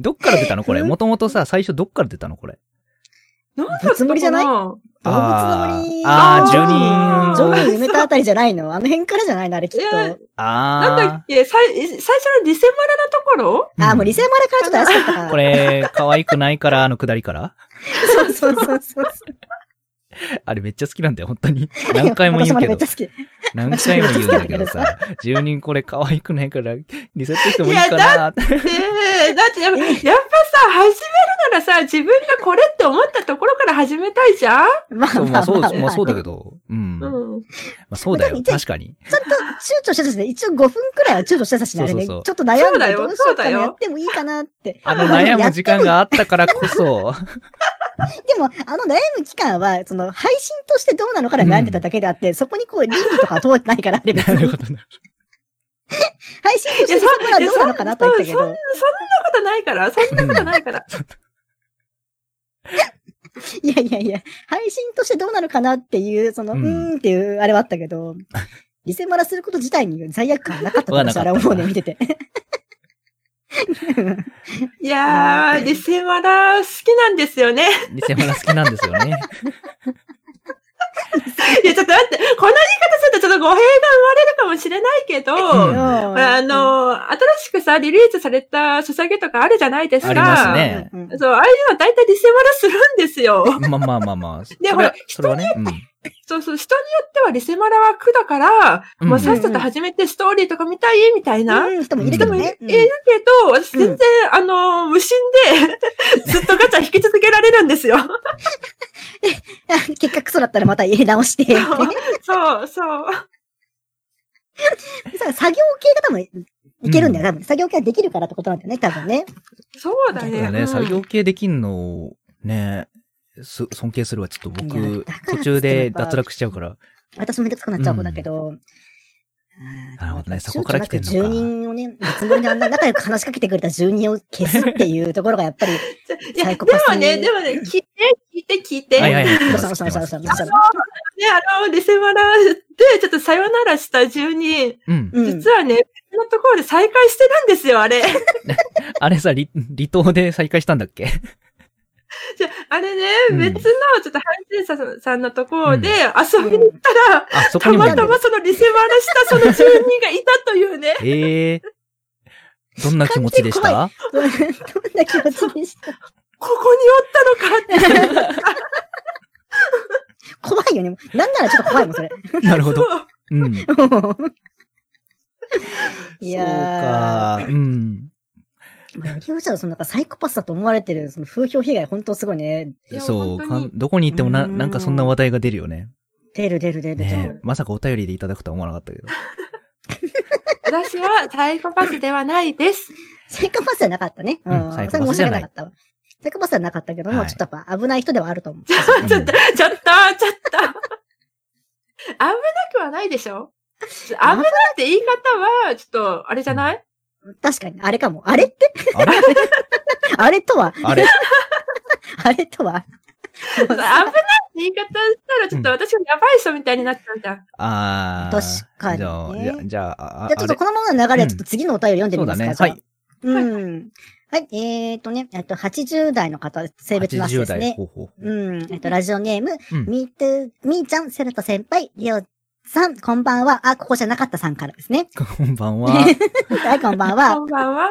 Speaker 1: どっから出たのこれ。もともとさ、最初どっから出たのこれ。
Speaker 3: なんだったかな
Speaker 2: ぶつもりじゃない動物の
Speaker 1: あー。
Speaker 2: 森
Speaker 1: あー、ジョニ
Speaker 3: あ
Speaker 1: ー
Speaker 2: 上
Speaker 1: ン。
Speaker 2: 位埋めたあたりじゃないのあの辺からじゃないのあれきっ
Speaker 3: い
Speaker 2: と。
Speaker 3: や
Speaker 2: あ
Speaker 3: なんだっ
Speaker 1: あ
Speaker 3: け、さい最初のリセマラのところ
Speaker 1: ー。
Speaker 2: ー、もうリセマラからちょっと怪しかった
Speaker 1: う
Speaker 2: か
Speaker 1: んこれ、可愛くないから、あの下りから
Speaker 2: ら。そうそうそうそう。
Speaker 1: あれめっちゃ好きなんだよ、本当に。何回も言うけ
Speaker 2: 私もあれめっ
Speaker 1: ど
Speaker 2: ちゃ。好き。
Speaker 1: 何回も言うんだけどさ、住人これ可愛くないから、リセットしてもいいか
Speaker 3: いや
Speaker 1: なって。
Speaker 3: ねえ、だってやっぱ、やっぱさ、始めるならさ、自分がこれって思ったところから始めたいじゃん
Speaker 2: まあ
Speaker 1: そう、ま
Speaker 2: ま
Speaker 1: あ
Speaker 2: あ
Speaker 1: そう、
Speaker 2: まあ
Speaker 1: まあそうだけ
Speaker 2: ど。
Speaker 1: ど。うん。ま
Speaker 3: うん。
Speaker 1: あそうだよ、確かに。
Speaker 2: ちょっと躊躇してたしね、一応5分くらいは躊躇してたしね、あれね。ち
Speaker 1: そうそう
Speaker 2: ょっと悩
Speaker 3: そうんだ
Speaker 2: で、
Speaker 3: よ
Speaker 2: どうしようかな
Speaker 3: そうだよ
Speaker 2: やってもいいかなって。
Speaker 1: あの悩む時間があったからこそ、
Speaker 2: でも、あの悩む期間は、その、配信としてどうなのから悩んでただけであって、そこにこう、倫理とかは通ってないから、あれ 別
Speaker 1: なる
Speaker 2: に
Speaker 1: ほ。どな。
Speaker 2: 配信としてそこはどうなのかなとは言ったけ
Speaker 3: いやそ
Speaker 2: ど、
Speaker 3: んそんなことないから、そんなことないから。
Speaker 2: いやいやいや、配信としてどうなのかなっていう、その、
Speaker 1: う
Speaker 2: うんーんっていう、あれはあったけど、リセマラすること自体に罪悪感はなかった
Speaker 1: は
Speaker 2: かも
Speaker 1: な
Speaker 2: し
Speaker 1: かった
Speaker 2: れない。思うね、見てて。
Speaker 3: いやー、リセマラ好きなんですよね。
Speaker 1: リセマラ好きなんですよね。
Speaker 3: いや、ちょっと待って、この言い方するとちょっと語弊が生まれるかもしれないけ ど、
Speaker 1: うん
Speaker 3: ほら
Speaker 2: あ
Speaker 3: あのー、新しくさ、リリースされたソシャゲとかあるじゃないですか。
Speaker 1: ありますね
Speaker 3: そう、ああいうのは大体リセマラするんです よ。
Speaker 1: まあまあまあまあ。それ
Speaker 3: ほら
Speaker 1: はそれはね、うん
Speaker 3: そうそう、人によってはリセマラは苦だから、
Speaker 1: うん
Speaker 3: もうさっさと始めてストーリーとか見たいみたいな。
Speaker 2: うん、人もいるけ
Speaker 3: で
Speaker 2: ど
Speaker 3: もいる
Speaker 2: ね。
Speaker 3: いるけど、私全然、あのー、無心 で、ずっとガチャ引き続けられるんですよ。
Speaker 2: うん結果クソだったらまた入れ直 して。
Speaker 3: そうそう、そう。
Speaker 2: さ作業系が多分いけるんだよ、多分。作業系はできるからってことなんだよね、多分ね。
Speaker 3: そうだ
Speaker 1: そう
Speaker 3: ね。
Speaker 1: だね、
Speaker 3: うん
Speaker 1: 作業系できんの、ね、す尊敬するわ。ちょっと
Speaker 2: いや
Speaker 1: 僕
Speaker 2: だから、
Speaker 1: 途中で脱落しちゃうから。
Speaker 2: 私もめんどくさくなっちゃう方だけど。あー
Speaker 1: なるほどねそこから来てんのか
Speaker 2: 躊躇なく住人をね、別盛りであんな仲良く話しかけてくれた住人を消すっていうところがやっぱり、
Speaker 3: いや、
Speaker 2: サ
Speaker 3: で
Speaker 2: イコパス
Speaker 3: もね、でもね、聞いて、聞いて、聞い て。
Speaker 1: はいはい はい。
Speaker 2: どうしたのどうしたのどうしたのどうしたの
Speaker 3: ね、あの、リセマラで、ちょっとさよならした住人、
Speaker 1: うん。
Speaker 2: うん
Speaker 3: 実はね、別のところで再会してるんですよ、あれ。
Speaker 1: あれさ、離離島で再会したんだっけ
Speaker 3: じゃあれね、
Speaker 1: うん
Speaker 3: 別の、ちょっと配信者さんのところで遊びに行ったら、
Speaker 1: あ、 そこ
Speaker 3: た
Speaker 1: にもいる
Speaker 3: ま
Speaker 1: んだ。
Speaker 3: たまそのリセマラしたその住人がいたというね
Speaker 1: ええどんな気持ちでし
Speaker 2: 完
Speaker 1: た
Speaker 2: どんな気持ちでした
Speaker 3: ここにおっ たのかって。
Speaker 2: 怖いよね。なんならちょっと怖いもん、それ。
Speaker 1: なるほど。
Speaker 3: そう
Speaker 1: うん。
Speaker 2: いやー。
Speaker 1: そうか。うん。
Speaker 2: まあ、表情はそのなんかサイコパスだと思われてる、その風評被害、本当すごいね。
Speaker 3: いや
Speaker 1: そ
Speaker 3: 本当
Speaker 1: う
Speaker 3: に
Speaker 1: かん、どこに行ってもな、
Speaker 2: うん
Speaker 1: なんかそんな話題が出るよね。
Speaker 2: 出る出る出る。
Speaker 1: ねえまさかお便りでいただくとは思わなかった けど。
Speaker 3: 私はサイコパスではないです。
Speaker 2: サイコパスじゃなかったね。
Speaker 1: うんサイコパスじゃない
Speaker 2: それ申し訳なかったわ。サイコパスじゃなかったけども、
Speaker 1: はい
Speaker 2: ちょっとやっぱ危ない人ではあると思う。
Speaker 1: うん
Speaker 3: ちょっと、ちょっと、ちょっと。危なくはないでしょ危ないって言い方は、ちょっと、あれじゃない
Speaker 2: 確かに、あれかも。あれって
Speaker 1: あれ
Speaker 2: あれとは
Speaker 1: あれ
Speaker 2: あれとは
Speaker 3: 危ないって言い方したら、ちょっと私がやばい人みたいになっちゃうじゃん。
Speaker 1: あー
Speaker 2: 確かに
Speaker 1: じゃあ、
Speaker 2: ね
Speaker 1: じゃあ、じゃあ、あ
Speaker 2: じゃあちょっとこのままの流れはちょっと次のお便り読んで
Speaker 1: そ
Speaker 2: み
Speaker 1: う
Speaker 2: ま
Speaker 1: だ
Speaker 2: すか、
Speaker 1: ね。
Speaker 2: じゃ
Speaker 1: は
Speaker 2: あ
Speaker 1: い。。
Speaker 2: うん。はい、えーとね、えっと、80代の方、性別なし
Speaker 1: 80
Speaker 2: です
Speaker 1: 代。
Speaker 2: ね。
Speaker 1: ほうほう
Speaker 2: うん。えっと、ラジオネーム、
Speaker 1: うん
Speaker 2: みーと、みーちゃん、セラト先輩、りおさん、こんばんは。あ、ここじゃなかったさんからで すね。
Speaker 1: こんばん は。
Speaker 2: はい、こんばんは。
Speaker 3: こんばんは。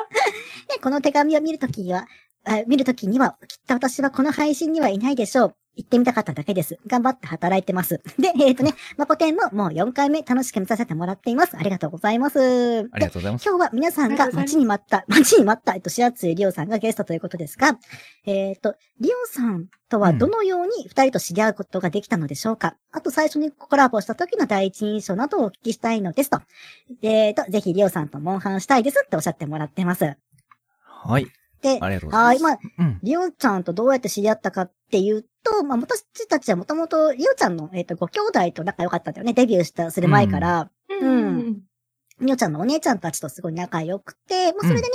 Speaker 2: で、この手紙を見るときは、あ見るときには、きっと私はこの配信にはいないでしょう。行ってみたかっただけです。頑張って働いてます。で、えっ、とね、まこてんももう4回目楽しく見させてもらっています。ありがとうございます。
Speaker 1: ありがとうございます。
Speaker 2: 今日は皆さんが待ちに待った、待ちに待った、えっと、白津りおさんがゲストということですが、えっ、と、りおさんとはどのように二人と知り合うことができたのでしょうか、あと最初にコラボした時の第一印象などをお聞きしたいのですと。えっ、と、ぜひりおさんとモンハンしたいですっておっしゃってもらってます。
Speaker 1: はい。
Speaker 2: で、
Speaker 1: ありがとうござ
Speaker 2: はいい、ま
Speaker 1: ま
Speaker 2: あ、
Speaker 1: す。うん。
Speaker 2: りおちゃんとどうやって知り合ったかっていうと、まあ、私たちはもともとりおちゃんの、えっとご兄弟と仲良かったんだよね。デビューした、する前から、
Speaker 3: うん。
Speaker 2: りおちゃんのお姉ちゃんたちとすごい仲良くて、まあ、それでね、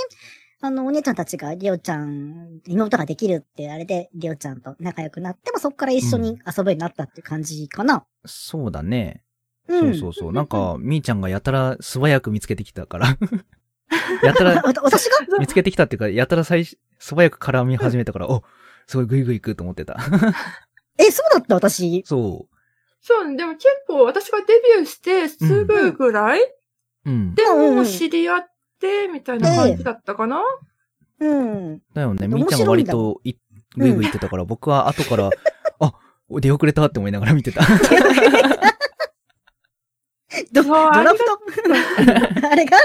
Speaker 2: あの、お姉ちゃんたちがりおちゃん、妹ができるってあれで、りおちゃんと仲良くなって、まあ、そこから一緒に遊ぶようになったっていう感じかな。
Speaker 1: そうだね。
Speaker 2: う
Speaker 1: そ
Speaker 2: ん。
Speaker 1: うそうそう。なんか、みーちゃんがやたら素早く見つけてきたから。 やたら
Speaker 2: あわた私が
Speaker 1: 見つけてきたっていうか、やたら最初素早く絡み始めたから、お、すごいグイグイ行くと思ってた。
Speaker 2: え、そうだった私。
Speaker 1: そ
Speaker 3: そう、でも結構私がデビューしてすぐぐらい、
Speaker 1: う。うん。
Speaker 3: で
Speaker 2: うん
Speaker 3: もう知り合ってみたいな感じだったかな。
Speaker 2: うん。
Speaker 1: だよね。み
Speaker 2: 面白いん
Speaker 1: ー
Speaker 2: だ
Speaker 1: ちゃんが割とい、グイグイ行ってたから、僕は後から、あ、出遅れたって思いながら見て た。
Speaker 2: ド
Speaker 3: そうあ
Speaker 2: ド
Speaker 3: りが
Speaker 2: ラフト あれが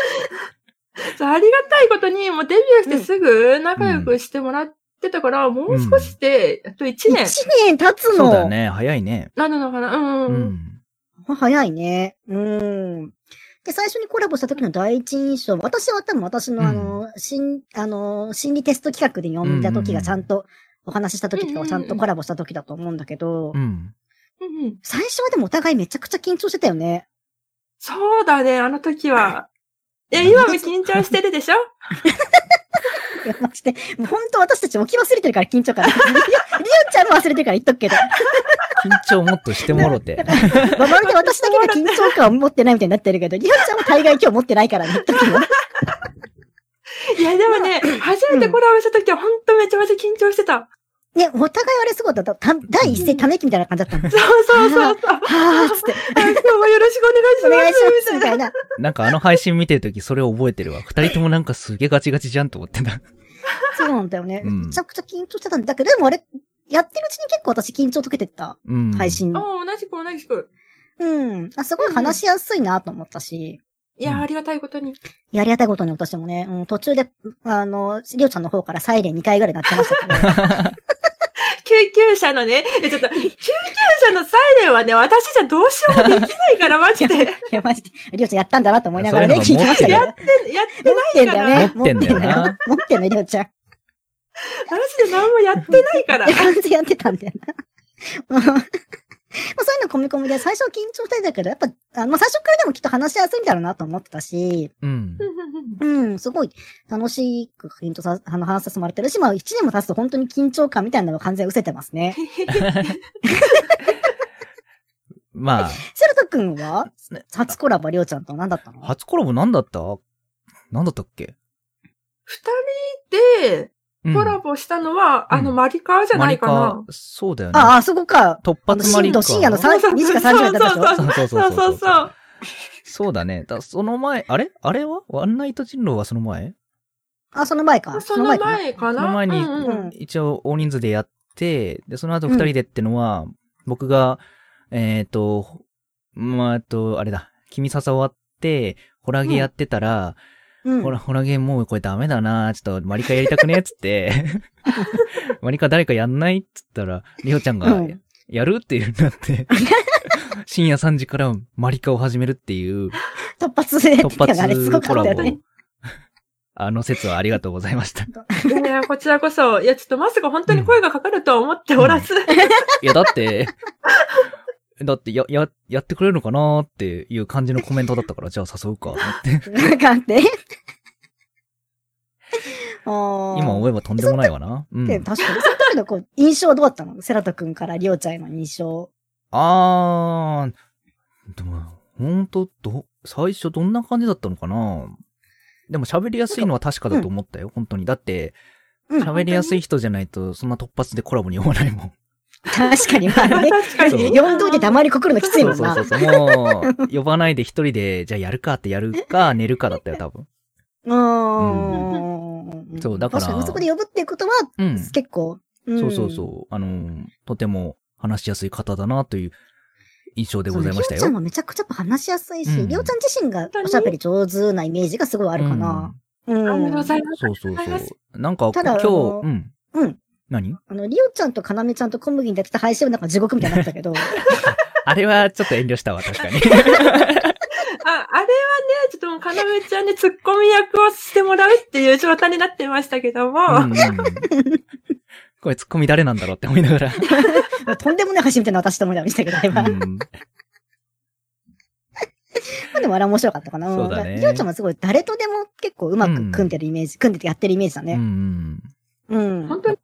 Speaker 3: そうありがたいことに、もうデビューしてすぐ仲良くしてもらってたから、もう少しで、あと1
Speaker 2: ?1
Speaker 3: 年
Speaker 2: 年経つ
Speaker 1: そう
Speaker 2: の。
Speaker 1: だよね。早いね。
Speaker 3: なのかな。
Speaker 1: う
Speaker 3: うん。
Speaker 1: ん。
Speaker 2: 早いね。うん。で、最初にコラボした時の第一印象、私は多分私のあの、心、あの、心理テスト企画で読んだ時がちゃんと、お話しした時とかはちゃんとコラボした時だと思うんだけど
Speaker 1: う、ん。
Speaker 3: うんうん
Speaker 2: 最初はでもお互いめちゃくちゃ緊張してたよね。
Speaker 3: そうだね、あの時は。いや、今も緊張してるで しょ
Speaker 2: いや、マジで。もう本当私たち置き忘れてるから緊張感。り おちゃんも忘れてるから言っとくけど。
Speaker 1: 緊張もっとしてもろ て。
Speaker 2: まあ、まるで私だけが緊張感を持ってないみたいになってるけど、りおちゃんも大概今日持ってないからね、言っとく よ。
Speaker 3: いや、でもね、初めてコラボした時は本当めちゃめちゃ緊張してた。
Speaker 2: ね、お互いあれすごいだった。た第一声ため息みたいな感じだ ったの。は
Speaker 3: そうそうそう そう。
Speaker 2: ぁーっつって。
Speaker 3: 今日もよろしく
Speaker 2: お
Speaker 3: お願
Speaker 2: 願
Speaker 3: い
Speaker 2: い
Speaker 3: し
Speaker 2: し
Speaker 3: ます。
Speaker 2: ます、
Speaker 3: み
Speaker 2: み
Speaker 3: た
Speaker 2: た
Speaker 3: い
Speaker 2: い
Speaker 3: な。
Speaker 2: な。
Speaker 1: なんかあの配信見てるときそれを覚えてるわ。二人ともなんかすげえガチガチじゃんと思ってた。
Speaker 2: そうなんだよね。
Speaker 1: うん
Speaker 2: めちゃくちゃ緊張してたんだけど、でもあれ、やってるうちに結構私緊張解けてった。
Speaker 1: うん。
Speaker 2: 配。信。
Speaker 3: あ同じく同じく。
Speaker 2: うん。あ、すごい話しやすいなと思ったし。
Speaker 3: いうや、
Speaker 1: ん
Speaker 3: ありがたいことに。
Speaker 2: やりがたいことに私もね、うん、途中で、あの、りょうちゃんの方からサイレン2回ぐらい鳴ってました から、
Speaker 3: 救急車のね、えち ょっと、救急車のサイレンはね、私じゃどうしようもできないから、マジで。やっ
Speaker 2: いや、マジで。りょうちゃんやったんだなと思いながらね、
Speaker 1: そ
Speaker 2: 聞
Speaker 1: うい
Speaker 2: いうて
Speaker 1: のが
Speaker 2: まし
Speaker 1: 持っ
Speaker 2: たけど。持
Speaker 1: て
Speaker 3: やってない
Speaker 2: てんだよね。
Speaker 1: 持ってんだよな。
Speaker 2: 持ってんの、りょうちゃん。
Speaker 3: マジで何もや ってないから。
Speaker 2: 完全やってたんだよな。 もうまあそういうの込み込みで、最初は緊張してたけど、やっぱ、あのまあ最初からでもきっと話しやすいんだろうなと思ってたし、
Speaker 1: うん。
Speaker 2: うん、すごい楽しく緊張さ、あの、話させてもらってるし、まあ、一年も経つと本当に緊張感みたいなのが完全に失せてますね。
Speaker 1: まあ、
Speaker 2: セルト君は、初コラボ、りょうちゃんと何だったの
Speaker 1: 初コラボなんだったなんだったっけ
Speaker 3: 二人で
Speaker 1: うん
Speaker 3: コラボしたのは、
Speaker 1: うん
Speaker 3: あの、マリカーじゃないかな。
Speaker 1: マリカそうだよね。
Speaker 2: ああ、そこか。
Speaker 1: 突
Speaker 2: あの、
Speaker 1: 発マリカ。
Speaker 2: 深度、深夜の
Speaker 3: さ
Speaker 2: 3時、2時か3時だったでしょ
Speaker 3: そう
Speaker 1: そうそう
Speaker 3: そうそうそう。
Speaker 1: そうだね。だその前、あれあれはワンナイト人狼はその前
Speaker 2: あ、その前か。
Speaker 3: その
Speaker 2: かな
Speaker 3: 前かな。
Speaker 1: その前に
Speaker 3: うんうん
Speaker 2: うん
Speaker 1: 一応大人数でやって、で、その後
Speaker 2: うん
Speaker 1: 二人でってのは、僕が、えっ、と、まあ、えっと、あれだ、君笹終わって、ホラゲーやってたら、
Speaker 2: うん。
Speaker 1: ほら、ホラゲーもうこれダメだなちょっとマリカやりたくねっつっ て、マリカ誰かやんないっつったら、リオちゃん
Speaker 2: う
Speaker 1: が
Speaker 2: ん、
Speaker 1: やるっていうなって、深夜3時からマリカを始めるって いう、
Speaker 2: 突発でやって
Speaker 1: 突
Speaker 2: たよね。あれすご
Speaker 1: 発
Speaker 2: か
Speaker 1: コラ
Speaker 2: ったよ
Speaker 1: ボ
Speaker 2: ね。。
Speaker 1: あの説はありがとうございました。い
Speaker 3: いや、こちらこそ、いや、ちょっとまさか本当に声がかかるとは思ってお らず、
Speaker 1: や、だって、だって、や、や、やってくれるのかなっていう感じのコメントだったから、じゃあ誘うかって。
Speaker 2: なんかあ って。今
Speaker 1: 今思えばとんでもないわな。う
Speaker 2: で
Speaker 1: ん。
Speaker 2: 確かに。その時のこう、印象どうだったのセラト君からリオちゃんへの印象。
Speaker 1: あー、でも、ほんと、ど、最初どんな感じだったのかなでも喋りやすいのは確かだと思ったよ、本当に。だって、
Speaker 2: うん
Speaker 1: 喋りやすい人じゃないと、そんな突発でコラボに呼ばないもん。
Speaker 2: 確かに、まあね。
Speaker 3: 確かに。
Speaker 2: 呼んどいて黙りこくるのきつい
Speaker 1: そ
Speaker 2: も
Speaker 1: うんそう
Speaker 2: な
Speaker 1: そう。そう。もう、呼ばないで一人で、じゃあやるかってやるか、寝るかだったよ、多分。
Speaker 2: うーん。
Speaker 1: そうだから
Speaker 2: 確かに、そこで呼ぶっていうことは、
Speaker 1: うん。
Speaker 2: 結構、うん
Speaker 1: そうそうそう。あの、とても話しやすい方だなという印象で
Speaker 2: そ
Speaker 1: ご
Speaker 2: う
Speaker 1: ざ
Speaker 2: ね
Speaker 1: い
Speaker 2: り
Speaker 1: ま
Speaker 2: ょう
Speaker 1: した
Speaker 2: ちゃん
Speaker 1: よ。
Speaker 2: もめちゃくちゃやっぱ話しやすいし、
Speaker 1: うん
Speaker 2: りょうちゃん自身がおしゃべり上手なイメージがすごいあるかな。うん。
Speaker 3: ありがとうございます。
Speaker 1: そうそう
Speaker 3: ありがとうございます
Speaker 1: そう。なんか、
Speaker 2: ただ
Speaker 1: 今
Speaker 2: あ
Speaker 1: 日、
Speaker 2: の
Speaker 1: うん。
Speaker 2: うん。
Speaker 1: 何
Speaker 2: あの、りおちゃんとかなめちゃんと小麦に出てた配信はなんか地獄みたいになってた けど、
Speaker 1: あれはちょっと遠慮した わ、確かに。
Speaker 3: あ、あれはね、ちょっともう、かなめちゃんに突っ込み役をしてもらうっていう状態になってましたけども、
Speaker 1: うんうんうんこれツッコミ誰なんだろうって思いながら。
Speaker 2: とんでもない配信みたいな私と思いながら見てたけど、あ れは。
Speaker 1: うん
Speaker 2: まあでもあれは面白かったかな。
Speaker 1: そうだね
Speaker 2: りょうちゃんはすごい誰とでも結構うまく組んでるイメージ、組んでてやってるイメージだ
Speaker 1: うんう
Speaker 2: ね。
Speaker 1: ん
Speaker 2: うん。
Speaker 3: 本当に、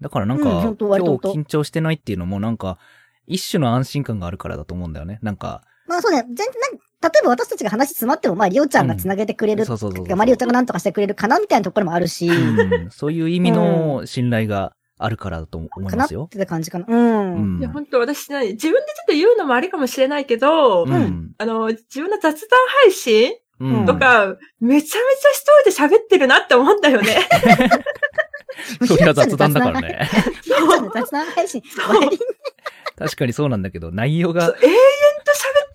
Speaker 1: だからなんか、
Speaker 2: うん
Speaker 1: 今
Speaker 2: 本
Speaker 1: 日
Speaker 2: 当割と本当
Speaker 1: 緊張してないっていうのもなんか、一種の安心感があるからだと思うんだよね。なんか、
Speaker 2: まあそうね、全然、なん例えば私たちが話詰まっても、まあ、りおちゃんが繋げてくれる、
Speaker 1: そうそうそうそう。
Speaker 2: まあ、りおちゃんが何とかしてくれるかなみたいなところもあるし、
Speaker 1: うんそういう意味の信頼があるからだと思い
Speaker 2: かな
Speaker 1: ま
Speaker 2: っ
Speaker 1: すよ。
Speaker 2: て感じかな。うん。
Speaker 1: うん
Speaker 3: いや、本当私ね、自分でちょっと言うのもあれかもしれないけど、
Speaker 1: うんうん
Speaker 3: あの、自分の雑談配信
Speaker 1: うん
Speaker 3: とか、めちゃめちゃ一人で喋ってるなって思ったよね。
Speaker 1: それは雑談だ からね。
Speaker 2: りおちゃんの雑談配信、 割に
Speaker 1: 確かにそうなんだけど、内容
Speaker 3: そう
Speaker 1: が、
Speaker 3: 永遠と喋っ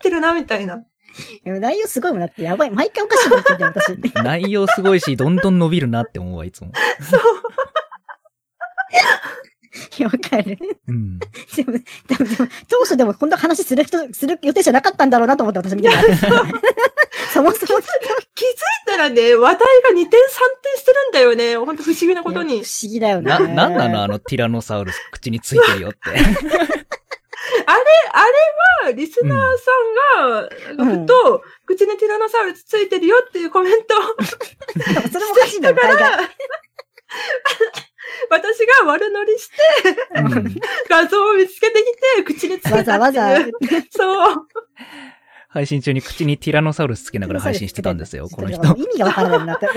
Speaker 3: てるな、みたいな。
Speaker 2: でも内容すごいもんだって、やばい。毎回おかしいこと言ってるんだよ、私。
Speaker 1: 内容すごいし、どんどん伸びるなって思うわ、いつも。
Speaker 2: いやわかる。
Speaker 1: うん。
Speaker 2: でも、でも、でも当初でもこんな話する人、する予定じゃなかったんだろうなと思って私見て た。そもそも。
Speaker 3: 気づいたらね、話題が2点3点してるんだよね。本当不思議なこと
Speaker 2: い
Speaker 3: に
Speaker 2: や。不思議だよね。
Speaker 1: な、なんなのあのティラノサウルス口についてるよって。
Speaker 3: あれは、リスナーさんが、
Speaker 2: うん
Speaker 3: ふと、口にティラノサウルスついてるよっていうコメントを
Speaker 2: そ れもおかしいんだよ、大概。
Speaker 3: 私が悪乗りして
Speaker 1: うん
Speaker 3: 画像を見つけてきて、口につけたってい
Speaker 2: わ
Speaker 3: う。
Speaker 2: ざわざ。
Speaker 3: そう。
Speaker 1: 配信中に口にティラノサウルスつけながら配信してたんですよ、この人。
Speaker 2: 意味がわからないん だって。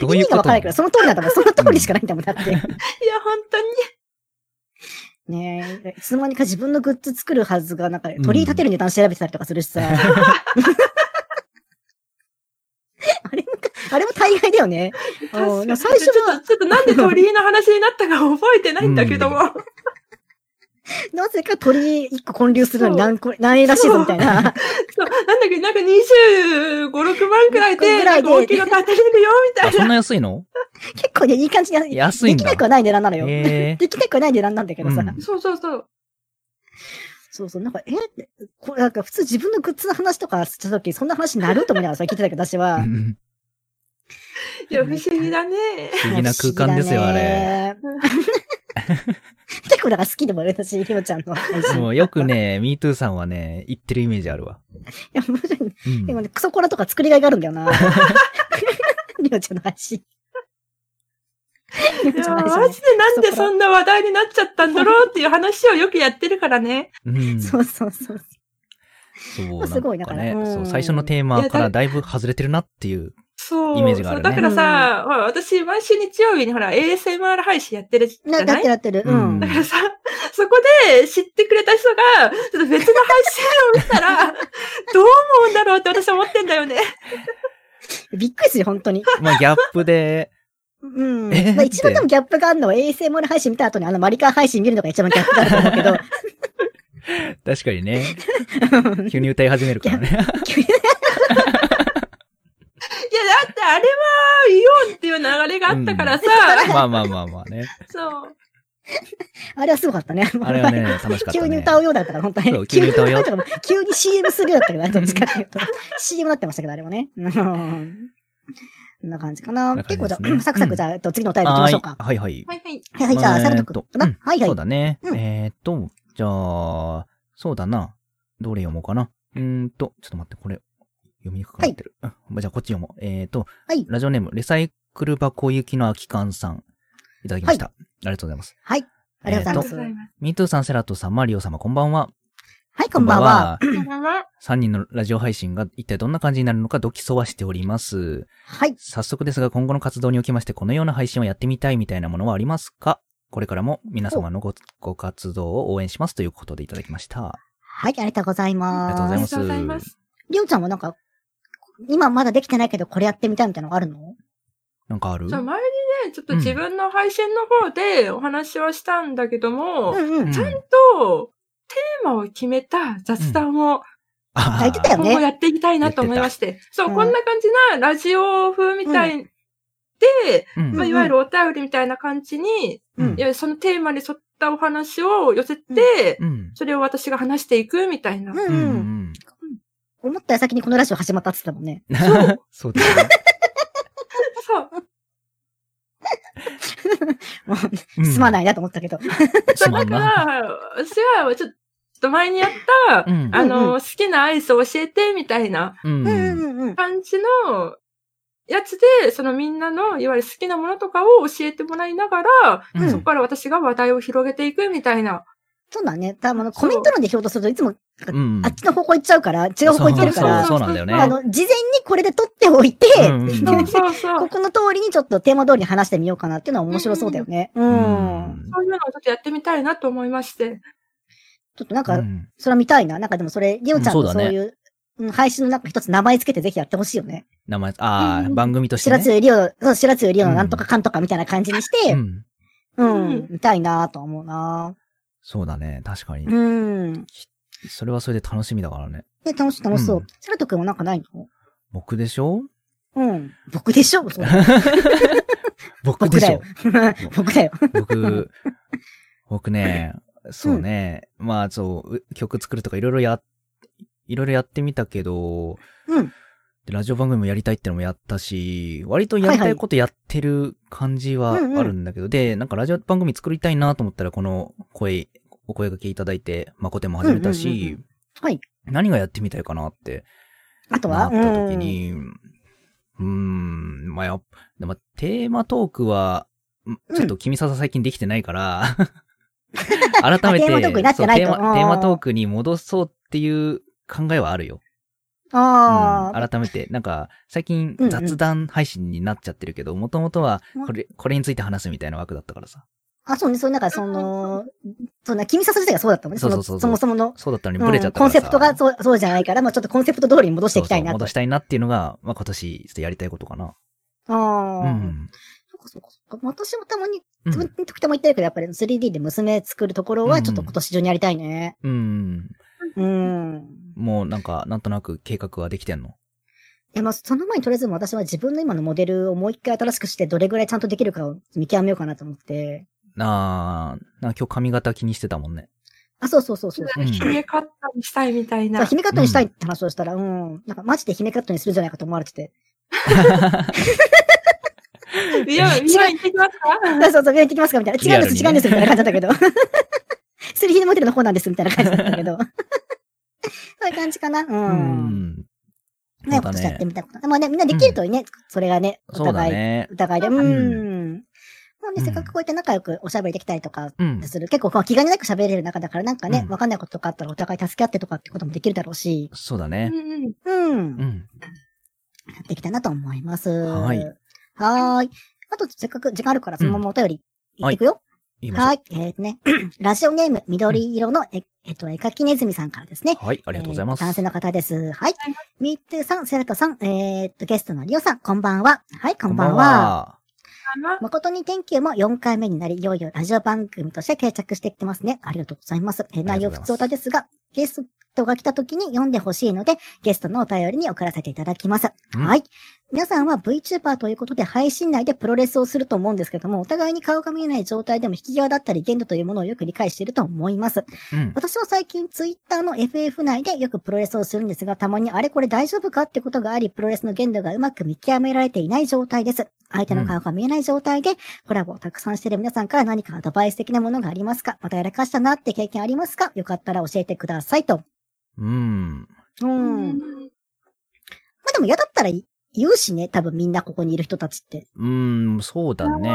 Speaker 1: どう
Speaker 2: 意
Speaker 1: いう
Speaker 2: 味
Speaker 1: こ
Speaker 2: が
Speaker 1: とな
Speaker 2: わからないから、その通りなんだもん。その通りしかないんだもん、だって。
Speaker 3: いや、本当に。
Speaker 2: ねえ、いつの間にか自分のグッズ作るはずが、なんか、取り立てる値段調べてたりとかするしさ。あれもか、あれも大概だよね。
Speaker 3: 確か
Speaker 2: うんでも
Speaker 3: に
Speaker 2: 最初
Speaker 3: ちょ
Speaker 2: は
Speaker 3: っと、ちょっとなんで鳥居の話になったか覚えてないんだけども。
Speaker 1: う
Speaker 2: なぜか鳥一個混流するのに何個、何円らしいぞみたいな。
Speaker 3: そうなんだっけ、なんか25、6万くらいで、
Speaker 2: ぐ
Speaker 3: な
Speaker 2: ら
Speaker 3: ん
Speaker 2: い
Speaker 3: か
Speaker 2: で
Speaker 3: 大きいの建てれるよ、みた
Speaker 1: あ、
Speaker 3: いな。
Speaker 1: そんな安いの
Speaker 2: 結構ね、いい感じに、
Speaker 1: 安いん
Speaker 2: でき
Speaker 1: だ
Speaker 2: なく。はない値段なのよ。
Speaker 1: へえ。
Speaker 2: できなくはない値段なんだけどさ。
Speaker 1: うん
Speaker 3: そうそうそう。
Speaker 2: そうそう、なんか、えって、これなんか普通自分のグッズの話とかした時、そんな話になると思いながらさ、聞いてたけど、私は。
Speaker 1: うん
Speaker 3: いや、不思議だね。
Speaker 1: 不思議な空間ですよ、あれ。
Speaker 2: 不思議だね。結構だから好きでもある私、ひろちゃんの配信。
Speaker 1: も
Speaker 2: いう
Speaker 1: よくね、MeToo さんはね、言ってるイメージあるわ。
Speaker 2: や、面白いね。
Speaker 1: うん
Speaker 2: でもね、クソコラとか作りがいがあるんだよ な。ひろちゃんの配信。ひ
Speaker 3: い
Speaker 2: ろち
Speaker 3: や、
Speaker 2: ゃんの
Speaker 3: マ
Speaker 2: 配
Speaker 3: ジ
Speaker 2: 信
Speaker 3: でなんでそんな話題になっちゃったんだろうっていう話をよくやってるからね。
Speaker 1: うん
Speaker 2: ね。
Speaker 1: そ
Speaker 2: そうそうそう。
Speaker 1: う、
Speaker 2: すごい
Speaker 1: なんか
Speaker 2: だから
Speaker 1: ね、
Speaker 2: うん
Speaker 1: そう、最初のテーマからだいぶ外れてるなっていう。
Speaker 3: そう。
Speaker 1: イメージがあるね
Speaker 3: そうだからさ、ほら私、毎週日曜日にほら、ASMR 配信やってるじゃな
Speaker 2: ないなってるなってる。う
Speaker 1: うん
Speaker 2: ん
Speaker 3: だ。からさ、そこで知ってくれた人が、ちょっと別の配信を見 たら、どう思うんだろうって私は思ってんだよね。
Speaker 2: びっくりするよ、本当に。
Speaker 1: まあ、ギャップで、
Speaker 2: うん。
Speaker 1: えー
Speaker 2: まあ一番多分ギャップがあるのは ASMR 配信見た後にあのマリカー配信見るのが一番ギャップがあると思うけど。
Speaker 1: 確かに ね、 急に歌い始めるからね。
Speaker 3: いや、だってあれは、イオンっていう流れがあったからさ、
Speaker 1: まあまあまあまあね。
Speaker 3: そう。
Speaker 2: あれはすごかったね。
Speaker 1: あれはね、楽しかったね。
Speaker 2: 急に歌うようだったから、本当に。
Speaker 1: そう急に歌うよ
Speaker 2: 急になんか急に CM するようだったけど、どっちかっていうと。CM なってましたけど、あれもね。 うんこんな感じかな。
Speaker 1: こんな感じ
Speaker 2: 結
Speaker 1: で
Speaker 2: 構じゃ
Speaker 1: すね
Speaker 2: あ、サクサクじゃあ、えっと次のお便り行きましょうか。
Speaker 1: はいはい。
Speaker 3: はいはい。
Speaker 2: はいはい、じゃあ、
Speaker 1: ま
Speaker 2: サ
Speaker 1: え
Speaker 2: ル
Speaker 1: ー
Speaker 2: ト
Speaker 1: っ
Speaker 2: 君
Speaker 1: と。
Speaker 2: かな
Speaker 1: うん
Speaker 2: はいは
Speaker 1: そ。
Speaker 2: いう
Speaker 1: だね。
Speaker 2: うん
Speaker 1: えーっと、じゃあ、そうだな。どれ読もうかな。うーんと、ちょっと待って、これ、読みにくくなってる。うんじゃあ、こっち読もう。えーっと、
Speaker 2: はい
Speaker 1: ラジオネーム、レサイクル箱行きの空き缶さん。いただきました。ありがとうございます。
Speaker 2: はい。ありがとうご
Speaker 3: ありがとうご
Speaker 2: ざ
Speaker 3: ざ
Speaker 2: いま
Speaker 3: い
Speaker 2: す。
Speaker 3: ま
Speaker 1: ミートゥーさん、セラトさん、マリオ様、こんばんは。
Speaker 2: はい、こんば んは。
Speaker 1: こんばんは。
Speaker 3: す。こんばんは
Speaker 1: 3人のラジオ配信が一体どんな感じになるのか、ドキソはしております。
Speaker 2: はい。
Speaker 1: 早速ですが、今後の活動におきまして、このような配信をやってみたいみたいなものはありますかこれからも皆様のごご活動を応援しますということでいただきました。
Speaker 2: はい、ありがとうござい
Speaker 1: ありがとうご
Speaker 2: ま
Speaker 1: ざ
Speaker 3: あ
Speaker 1: いま
Speaker 3: りが
Speaker 1: す。
Speaker 3: とうございます。
Speaker 2: す。りょうちゃんはなんか、今まだできてないけど、これやってみたいみたいなのあるの
Speaker 1: なんかある
Speaker 3: そう前にね、ちょっと自分の配信の方でお話はしたんだけども、
Speaker 2: うんうん。
Speaker 1: ん
Speaker 3: ちゃんとテーマを決めた雑談を
Speaker 1: あー
Speaker 2: 書いてたよ
Speaker 3: 今後やっていきたいなと思いまして、そう、
Speaker 2: うん
Speaker 3: こんな感じなラジオ風みたいで、
Speaker 1: うん
Speaker 3: まあ、いわゆるお便りみたいな感じに、
Speaker 1: うん
Speaker 2: うん
Speaker 3: いやそのテーマに沿ったお話を寄せて、
Speaker 1: うん。
Speaker 3: それを私が話していくみたいな。
Speaker 2: う
Speaker 1: うんん
Speaker 2: うん。思った矢先にこのラジオ始まったって言ってたもんね。
Speaker 1: うんそうだよ ね
Speaker 3: そう。
Speaker 2: もう
Speaker 1: うん。。
Speaker 2: すまないいなと思ったけど。
Speaker 1: すま
Speaker 3: だ
Speaker 1: ん
Speaker 3: か
Speaker 1: な。
Speaker 3: ら、私はちょっと前にやった、
Speaker 1: うん
Speaker 3: あの、
Speaker 2: うん
Speaker 3: 好きなアイス教えてみたいな
Speaker 1: う
Speaker 2: うんんう
Speaker 1: うん
Speaker 2: んうん。
Speaker 3: 感じのやつで、そのみんなの、いわゆる好きなものとかを教えてもらいながら、
Speaker 1: うん
Speaker 3: そこから私が話題を広げていくみたいな。
Speaker 2: そうだね。たぶんコメント欄で表とするといつも
Speaker 1: うん
Speaker 2: あっちの方向行っちゃうから、違う方向行ってるか
Speaker 1: そう
Speaker 2: ら、
Speaker 1: そうそうなんだよね。
Speaker 2: あの、事前にこれで撮っておいて、
Speaker 1: うんうん
Speaker 3: そうそうそ
Speaker 2: こ
Speaker 3: う。
Speaker 2: この通りにちょっとテーマ通りに話してみようかなっていうのは面白そうだよね。う。
Speaker 1: うんん
Speaker 3: そういうのをちょっとやってみたいなと思いまして。
Speaker 2: ちょっとな
Speaker 1: う
Speaker 2: んか、
Speaker 1: ん
Speaker 2: それは見たいな。なんかでもそれ、りおちゃん
Speaker 1: うん
Speaker 2: の
Speaker 1: そう
Speaker 2: そ
Speaker 1: だね
Speaker 2: ういう、うん配信のなんか一つ名前つけてぜひやってほしいよね。
Speaker 1: 名前、ああ、番組として
Speaker 2: 白
Speaker 1: ね。
Speaker 2: 津りお、そう、白津りおのなんとかかんとかみたいな感じにして、
Speaker 1: うん。
Speaker 2: うん、
Speaker 3: うん
Speaker 2: 見たいなと思うな
Speaker 1: そうだね。確かに
Speaker 2: う。ん。
Speaker 1: それはそれで楽しみだからね。。
Speaker 2: で、楽しい楽しそううん白とくんはなんかないの
Speaker 1: 僕でしょ
Speaker 2: うん。僕でしょそう
Speaker 1: 僕
Speaker 2: 僕
Speaker 1: でしょ
Speaker 2: だよ。 僕だよ。
Speaker 1: 僕、僕ね、そうね、まあそう、う曲作るとかいろいろや、いろいろやってみたけど、
Speaker 2: うん。
Speaker 1: でラジオ番組もやりたいってのもやったし、割とやりたいことやってる感じはあ
Speaker 2: うんうん
Speaker 1: るんだけど、で、なんかラジオ番組作りたいなと思ったら、この声、お声掛けいただいて、まこても始めた
Speaker 2: うんうん
Speaker 1: し、
Speaker 2: はい。
Speaker 1: 何がやってみたいかなって
Speaker 2: あと
Speaker 1: な
Speaker 2: は
Speaker 1: った時に、うーん、まあやっぱ、でもテーマトークは、ん
Speaker 2: うん
Speaker 1: ちょっと君ささ最近できてないから、改めて、
Speaker 2: あテーマトークになってないと
Speaker 1: そうテーマ
Speaker 2: うん
Speaker 1: テーマトークに戻そうっていう考えはあるよ。
Speaker 2: うんあ
Speaker 1: うん改めて、なんか、最近
Speaker 2: うんうん
Speaker 1: 雑談配信になっちゃってるけど、もともとは
Speaker 2: うん、
Speaker 1: これ、これについて話すみたいな枠だったからさ。
Speaker 2: あ。あ、そうね。そう、なんかその、そんな、君ささ自体がそうだったもんね。
Speaker 1: そうそ
Speaker 2: の
Speaker 1: うそう
Speaker 2: そもそもの、
Speaker 1: そうだったのに
Speaker 2: う
Speaker 1: ブ
Speaker 2: ん
Speaker 1: レちゃった
Speaker 2: コ
Speaker 1: から
Speaker 2: ン
Speaker 1: さ、
Speaker 2: セプトがそうそうじゃないから、まあちょっとコンセプト通りに戻していきたいな
Speaker 1: そうそう
Speaker 2: と。
Speaker 1: 戻したいなっていうのが、まあ今年、ちょっとやりたいことかな。
Speaker 2: ああ
Speaker 1: う
Speaker 2: ー。
Speaker 1: ん。
Speaker 2: そうかそうかそうか。私もたまに、
Speaker 1: う
Speaker 2: 自分
Speaker 1: ん。
Speaker 2: の時たま言ってるけど、やっぱり 3D で娘作るところはちょっと今年中にやりたいね。
Speaker 1: うん。
Speaker 2: うん。
Speaker 1: もうなんか、なんとなく計画はできてんの
Speaker 2: いや、まあ、その前にとりあえず私は自分の今のモデルをもう一回新しくして、どれぐらいちゃんとできるかを見極めようかなと思って。
Speaker 1: なあ、なんか今日髪型気にしてたもんね。
Speaker 2: あ、そうそうそうそう。
Speaker 1: うん
Speaker 3: 決め方にしたいみたい
Speaker 2: そう
Speaker 3: な。
Speaker 2: 姫カットにしたいって話をしたら、うん、なんかマジで姫カットにするんじゃないかと思われてて。
Speaker 3: いや、みんな行ってきます
Speaker 2: そ
Speaker 3: か
Speaker 2: うそうそう、病院行ってきますかみたいな。違うんです、
Speaker 1: リ
Speaker 2: 違う
Speaker 1: ア
Speaker 2: ん
Speaker 1: ルにね
Speaker 2: です、みたいな感じだったけど。 スリヒネモデルの方なんです、みたいな感じだったけ ど。そういう感じかな。
Speaker 1: う
Speaker 2: うん。
Speaker 1: ん。そ
Speaker 2: ね、今
Speaker 1: うだ
Speaker 2: 年やって
Speaker 1: ね。
Speaker 2: みたこと。まあね、みんなできるといいね、それがね、お
Speaker 1: そうだ
Speaker 2: 互い、
Speaker 1: ね。
Speaker 2: お互いで。うん。もうね、
Speaker 1: うん
Speaker 2: せっかくこうやって仲良くおしゃべりできたりとか
Speaker 1: うん。
Speaker 2: する。結構こう気兼ねなく喋れる中だから、なんかね、
Speaker 1: うん
Speaker 2: わかんないこととかあったらお互い助け合ってとかってこともできるだろうし、
Speaker 1: そうだ
Speaker 3: うん
Speaker 1: ね。
Speaker 3: うん。
Speaker 2: うん。
Speaker 1: う
Speaker 2: や
Speaker 1: ん。
Speaker 2: っていきたいなと思います。
Speaker 1: はい。
Speaker 2: はーい。あと、せっかく時間あるから、そのままお便り、
Speaker 1: うん
Speaker 2: いってくよ。
Speaker 1: 言いましょう
Speaker 2: はい。えーとね、 ラジオネーム、緑色の、え、えっと、絵描きネズミさんからですね。
Speaker 1: はい、ありがとうございます。
Speaker 2: えー男性の方です。はい
Speaker 3: はい。
Speaker 2: ミートゥーさん、セラトさん、えーっと、ゲストのリオさん、こんばんは。はい、こ
Speaker 1: こ
Speaker 2: ん
Speaker 1: んば
Speaker 2: ばん
Speaker 1: ん
Speaker 2: は。
Speaker 1: は。
Speaker 2: 誠に天球も4回目になり、いよいよラジオ番組として定着してきてますね。ありがとうございます。えー
Speaker 1: あり
Speaker 2: 内
Speaker 1: が
Speaker 2: 容
Speaker 1: とう
Speaker 2: 普
Speaker 1: ございます
Speaker 2: 通歌ですが、ゲストが来た時に読んでほしいので、ゲストのお便りに送らせていただきます。
Speaker 1: うん
Speaker 2: はい。皆さんは VTuber ということで配信内でプロレスをすると思うんですけども、お互いに顔が見えない状態でも引き際だったり限度というものをよく理解していると思います。
Speaker 1: うん。
Speaker 2: 私は最近ツイッターの FF 内でよくプロレスをするんですが、たまにあれこれ大丈夫かってことがあり、プロレスの限度がうまく見極められていない状態です。相手の顔が見えない状態で、コラボをたくさんしている皆さんから何かアドバイス的なものがありますかまたやらかしたなって経験ありますかよかったら教えてくださいと。
Speaker 1: うん。
Speaker 2: う。
Speaker 3: うん
Speaker 2: ま
Speaker 3: ん。
Speaker 2: あでも嫌だったら言うしね、多分みんなここにいる人たちって。
Speaker 1: うん、そうだね。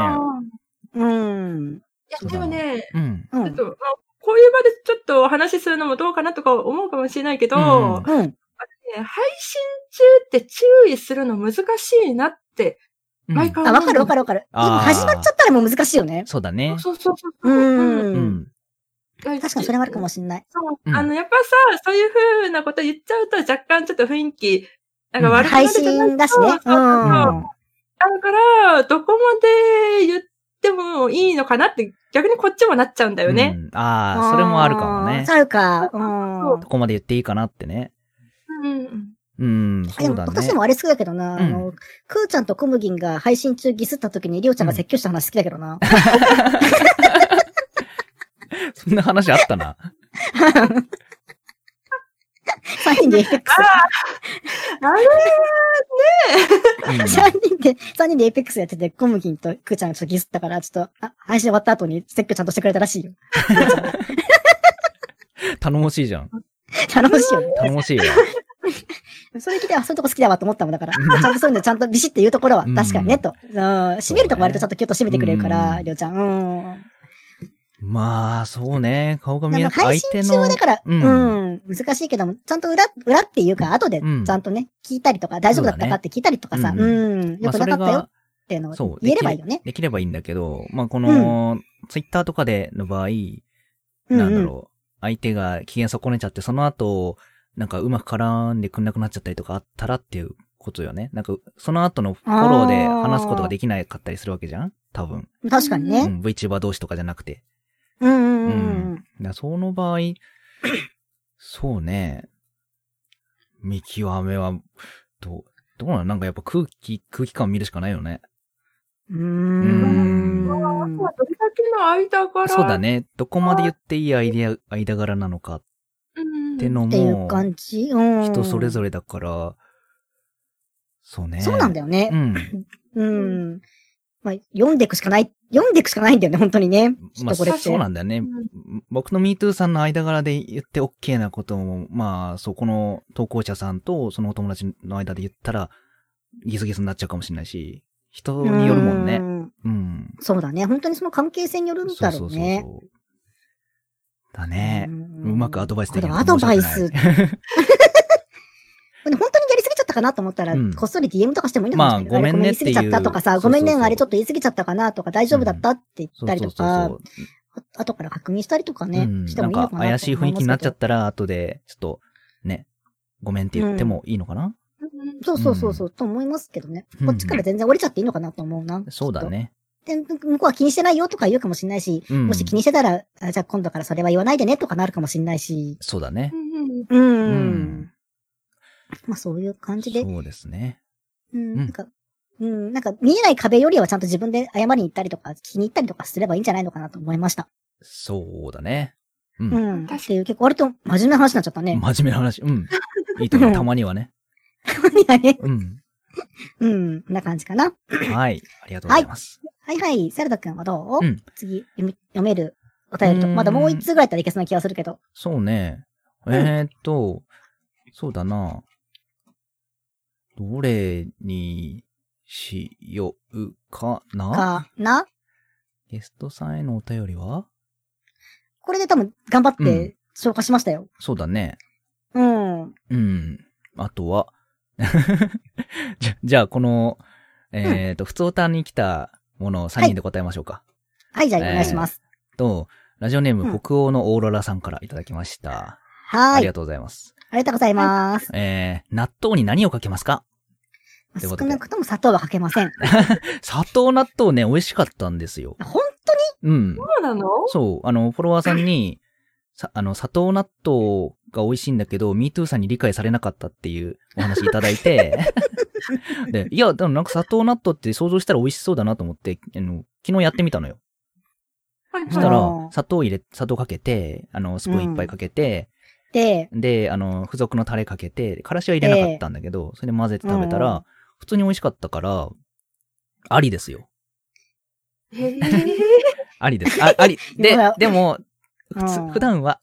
Speaker 2: うん。
Speaker 3: いや、でもね、
Speaker 1: うん。
Speaker 2: う
Speaker 3: ちょっ
Speaker 2: ん。
Speaker 3: と、まあこういう場でちょっとお話しするのもどうかなとか思うかもしれないけど、
Speaker 1: うんうん
Speaker 2: うん。
Speaker 3: ね配信中って注意するの難しいなって、
Speaker 1: うん
Speaker 3: 毎回
Speaker 2: あ、わかるわか
Speaker 3: る。
Speaker 2: るわかる。
Speaker 1: あー
Speaker 2: 今始まっちゃったらもう難しいよね。
Speaker 1: そうだね。
Speaker 3: そうそうそう
Speaker 2: う
Speaker 3: そう。
Speaker 2: ん。
Speaker 1: うん。
Speaker 2: 確かにそれはあるかも
Speaker 3: し
Speaker 2: しんない。
Speaker 3: れない。
Speaker 1: うん
Speaker 3: あの、やっぱさ、そういう風なこと言っちゃうと若干ちょっと雰囲気、なんか悪くな
Speaker 2: 配
Speaker 3: るじゃない
Speaker 2: 信だしね。
Speaker 3: そうそうそう
Speaker 1: うん
Speaker 3: だから、どこまで言ってもいいのかなって、逆にこっちもなっちゃうんだよね。
Speaker 1: うんああ、それもあるかもね
Speaker 2: ー。あるか。うん
Speaker 1: ど。こまで言っていいかなってね。
Speaker 3: うん。
Speaker 1: うん、
Speaker 2: で
Speaker 1: そう
Speaker 2: も
Speaker 1: だね。
Speaker 2: 私もあれ好きだけどな、
Speaker 1: うん
Speaker 2: あの、くーちゃんとコムギンが配信中ギスった時にりょうちゃんが説教した話好きだけど な。
Speaker 1: そんな話あった な。
Speaker 2: 3人で APEX。
Speaker 3: あれ
Speaker 1: うん
Speaker 2: 3人で、三人で APEX やってて、コムギンとくーちゃんがちょっとギスったから、ちょっと、あ、配信終わった後に説教ちゃんとしてくれたらしいよ。
Speaker 1: 頼もしいじゃん。
Speaker 2: 楽しいよね。
Speaker 1: 頼もしいよ。
Speaker 2: それ聞いて、あ、そういうとこ好きだわと思ったもん だから、ちゃんとそういうのちゃんとビシッて言うところは、
Speaker 1: うん
Speaker 2: 確かにね、と。うん。締めるとこ割とちゃんとキュッと締めてくれるか
Speaker 1: う
Speaker 2: ら、
Speaker 1: ん
Speaker 2: りょうちゃん。うん。
Speaker 1: まあ、そうね。顔が見え
Speaker 2: で
Speaker 1: な
Speaker 2: も
Speaker 1: くて、
Speaker 2: 配
Speaker 1: 相
Speaker 2: 信
Speaker 1: 手
Speaker 2: 中
Speaker 1: の
Speaker 2: はだ。から、
Speaker 1: う
Speaker 2: うんん、難しいけども、ちゃんと裏、裏っていうか、後で
Speaker 1: うん
Speaker 2: ちゃんとね、聞いたりとか、大丈夫だったかって聞いたりとかさ、
Speaker 1: そう
Speaker 2: う
Speaker 1: だね
Speaker 2: ん、
Speaker 1: ま
Speaker 2: よ
Speaker 1: あ
Speaker 2: く
Speaker 1: そ
Speaker 2: なか
Speaker 1: れ
Speaker 2: ったよ
Speaker 1: が
Speaker 2: っ、ていうの
Speaker 1: そう
Speaker 2: を言えればいいよね。
Speaker 1: できればいいんだけど、まあ、この、ツイッターとかでの場合、
Speaker 2: うん
Speaker 1: なんだ
Speaker 2: うん。
Speaker 1: ろう。相手が機嫌損ねちゃって、その後、なんかうまく絡んでくんなくなっちゃったりとかあったらっていうことよね。なんか、その後のフォローで話すことができなかったりするわけじゃん多分。
Speaker 2: 確かに
Speaker 1: う
Speaker 2: ね。
Speaker 1: ん、VTuber 同士とかじゃなくて。
Speaker 2: うんうんうん
Speaker 1: う
Speaker 2: うん。
Speaker 1: だからその場 合、そうね。見極めは、どう、どうなのなんかやっぱ空気、空気感を見るしかないよね。
Speaker 2: うーん。
Speaker 3: まあどれだけの間から。
Speaker 1: そうだ。ね。どこまで言っていいアイデア、間柄なのかっ
Speaker 3: うん。
Speaker 1: ての
Speaker 2: っていう
Speaker 1: も、
Speaker 2: 感じうん。
Speaker 1: 人それぞれだから、そうね。
Speaker 2: そうなんだ
Speaker 1: よ。
Speaker 2: よ
Speaker 1: う
Speaker 2: ね。
Speaker 1: ん。
Speaker 2: うん。まあ、読んでいくしかない、読んでいくしかないんだよね、本当にね。きっ
Speaker 1: まあ、
Speaker 2: とこれって。
Speaker 1: そうなんだよね。僕の MeToo さんの間柄で言って OK なことも、まあ、そこの投稿者さんとそのお友達の間で言ったら、ギスギスになっちゃうかもしれないし、人によるもん
Speaker 2: う
Speaker 1: ね。
Speaker 2: ん
Speaker 1: うん。
Speaker 2: そうだね。本当にその関係性によるんだろうね。
Speaker 1: う。だね。うまくアドバイスでき
Speaker 2: こ
Speaker 1: な
Speaker 2: れ
Speaker 1: い
Speaker 2: ア
Speaker 1: と
Speaker 2: ド
Speaker 1: 面白
Speaker 2: バ
Speaker 1: く
Speaker 2: イ
Speaker 1: ない
Speaker 2: ス。 本当にやりすぎちゃったかなと思ったら、
Speaker 1: うん
Speaker 2: こっそり DM とかしてもいいのかもしれないけど。
Speaker 1: まあ
Speaker 2: あれ
Speaker 1: ごめんねっていう
Speaker 2: ごめん言い過ぎちゃったとかさ、ごめんね、あれちょっと言い過ぎちゃったかなとか、大丈夫だったって言ったりとか、
Speaker 1: そう
Speaker 2: 後から確認したりとか
Speaker 1: う
Speaker 2: ね
Speaker 1: ん、
Speaker 2: して
Speaker 1: な
Speaker 2: もい
Speaker 1: ん
Speaker 2: いの
Speaker 1: か
Speaker 2: かな
Speaker 1: 怪しい雰囲気になっちゃ
Speaker 2: っ
Speaker 1: ったら、後で、ちょっと、ね、ごめんって言ってもいいのかな、
Speaker 3: うん
Speaker 2: そうそうそうそう、と思いますけどね
Speaker 1: う。ん
Speaker 2: こっちから全然折れちゃっていいのかなと思うな。
Speaker 1: そうだね。
Speaker 2: で、向こうは気にしてないよとか言うかもしれないし、
Speaker 1: うん
Speaker 2: もし気にしてたら、あじゃあ今度からそれは言わないでねとかなるかもしれないし。
Speaker 1: そうだね
Speaker 3: う。ん
Speaker 2: う。。
Speaker 1: うん
Speaker 2: まあそういう感じで、
Speaker 1: そうですね。
Speaker 2: うん、
Speaker 1: う
Speaker 2: なんんか、うん、なんか見えない壁よりはちゃんと自分で謝りに行ったりとか、気に入ったりとかすればいいんじゃないのかなと思いました。
Speaker 1: そうだね。うん
Speaker 2: う。ん。
Speaker 3: 確かに
Speaker 2: っていう結構割と真面目な話になっちゃったね。
Speaker 1: 真面目な話。うん。 いいと思う。たまにはね。
Speaker 2: ね
Speaker 1: うん。
Speaker 2: うん、こんな感じかな。
Speaker 1: はい。ありがとうございます。
Speaker 2: はいはい、サルダ君はどう、
Speaker 1: うん
Speaker 2: 次読み、読めるお便りと、
Speaker 1: うーん
Speaker 2: まだもう一通ぐらいだったらいけそうな気がするけど。
Speaker 1: そうね。え
Speaker 2: ん
Speaker 1: ーっと、そうだな。どれにしようかな
Speaker 2: かな
Speaker 1: ゲストさんへのお便りは
Speaker 2: これで多分頑張っ
Speaker 1: うん
Speaker 2: て消化しましたよ。
Speaker 1: そうだね。
Speaker 2: うん。
Speaker 1: うん。あとは、 じゃ、じゃあこの、えーっと、普通歌に来たものを3人で答えましょうか。
Speaker 2: はい、じゃあお願いします。
Speaker 1: と、ラジオネー
Speaker 2: う
Speaker 1: ム
Speaker 2: ん
Speaker 1: 北欧のオーロラさんからいただきました。あ
Speaker 2: はー
Speaker 1: り
Speaker 2: い。
Speaker 1: がとうございます。
Speaker 2: ありがとうございます。
Speaker 1: えー、納豆に何をかけますかということ
Speaker 2: 少
Speaker 1: で
Speaker 2: なくとも砂糖はかけません。
Speaker 1: 砂糖納豆ね、美味しかったんですよ。
Speaker 2: 本
Speaker 1: うん。
Speaker 3: そうなの
Speaker 1: そう、あの、フォロワーさんに、さ、あの、砂糖納豆が美味しいんだけど、MeToo さんに理解されなかったっていうお話いただいて、で、いや、でもなんか砂糖納豆って想像したら美味しそうだなと思って、あの、昨日やってみたのよ。
Speaker 3: はい
Speaker 1: そした
Speaker 3: は
Speaker 1: ら
Speaker 2: うん、
Speaker 1: 砂糖入れ、砂糖かけて、あの、スプーンいっぱいかけて、
Speaker 2: で、
Speaker 1: で、あの、付属のタレかけて、からしは入れなかったんだけど、それで混ぜて食べた
Speaker 2: うんう
Speaker 1: ら
Speaker 2: ん、
Speaker 1: 普通に美味しかったから、ありですよ。
Speaker 3: い。へえ。
Speaker 1: ありです。あ、あ り。で
Speaker 2: 今、
Speaker 1: でも、普
Speaker 2: う
Speaker 1: 通、
Speaker 2: ん
Speaker 1: 普段は、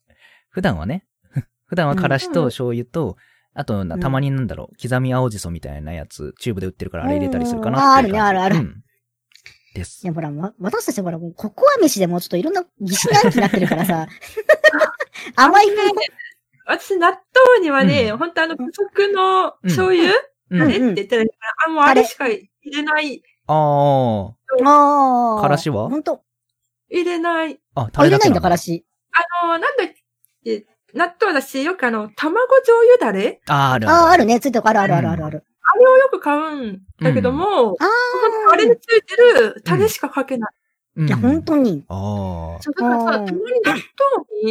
Speaker 1: 普段はね、 普段はからし
Speaker 3: う
Speaker 1: と
Speaker 3: ん
Speaker 1: 醤油と、あとな、
Speaker 2: うん
Speaker 1: たまになんだろう、刻み青じそみたいなやつ、チューブで売ってるからあれ入れたりするか
Speaker 2: うんうん
Speaker 1: なっていう感じ。
Speaker 2: あるねあるある
Speaker 1: うんです
Speaker 2: い。や、ほら、わ私たちほら、もう、ココア飯でもうちょっといろんな疑心暗鬼になってるから さ。甘いもの
Speaker 3: 私、納豆にはね、
Speaker 1: うん
Speaker 3: 本当あの、付属の醤油
Speaker 1: う
Speaker 3: あ
Speaker 1: ん。
Speaker 3: れって言ってたから、あ、もうあれしか入れない、
Speaker 1: あ
Speaker 2: ああ。
Speaker 1: からしは
Speaker 2: ほんと。
Speaker 3: 入れない。
Speaker 1: あ。あ、タ
Speaker 2: あ、
Speaker 1: レだ
Speaker 2: 入れない
Speaker 1: け
Speaker 2: んだ、から
Speaker 1: し。
Speaker 2: し。
Speaker 3: あの、なんだっけ、納豆だし、よくあの、卵醤油だれ
Speaker 1: あー、ある
Speaker 2: ああ、
Speaker 1: あ
Speaker 2: あ
Speaker 1: る。
Speaker 2: るね。ついてるあるあるあるあるある。
Speaker 3: あれをよよく買うんだけども、
Speaker 2: あ
Speaker 3: あれについてるタレしかかけない。
Speaker 1: うん
Speaker 2: いや、本当に。
Speaker 1: ああ。
Speaker 3: だからさ、た
Speaker 2: う
Speaker 3: ま
Speaker 2: ん
Speaker 3: に納豆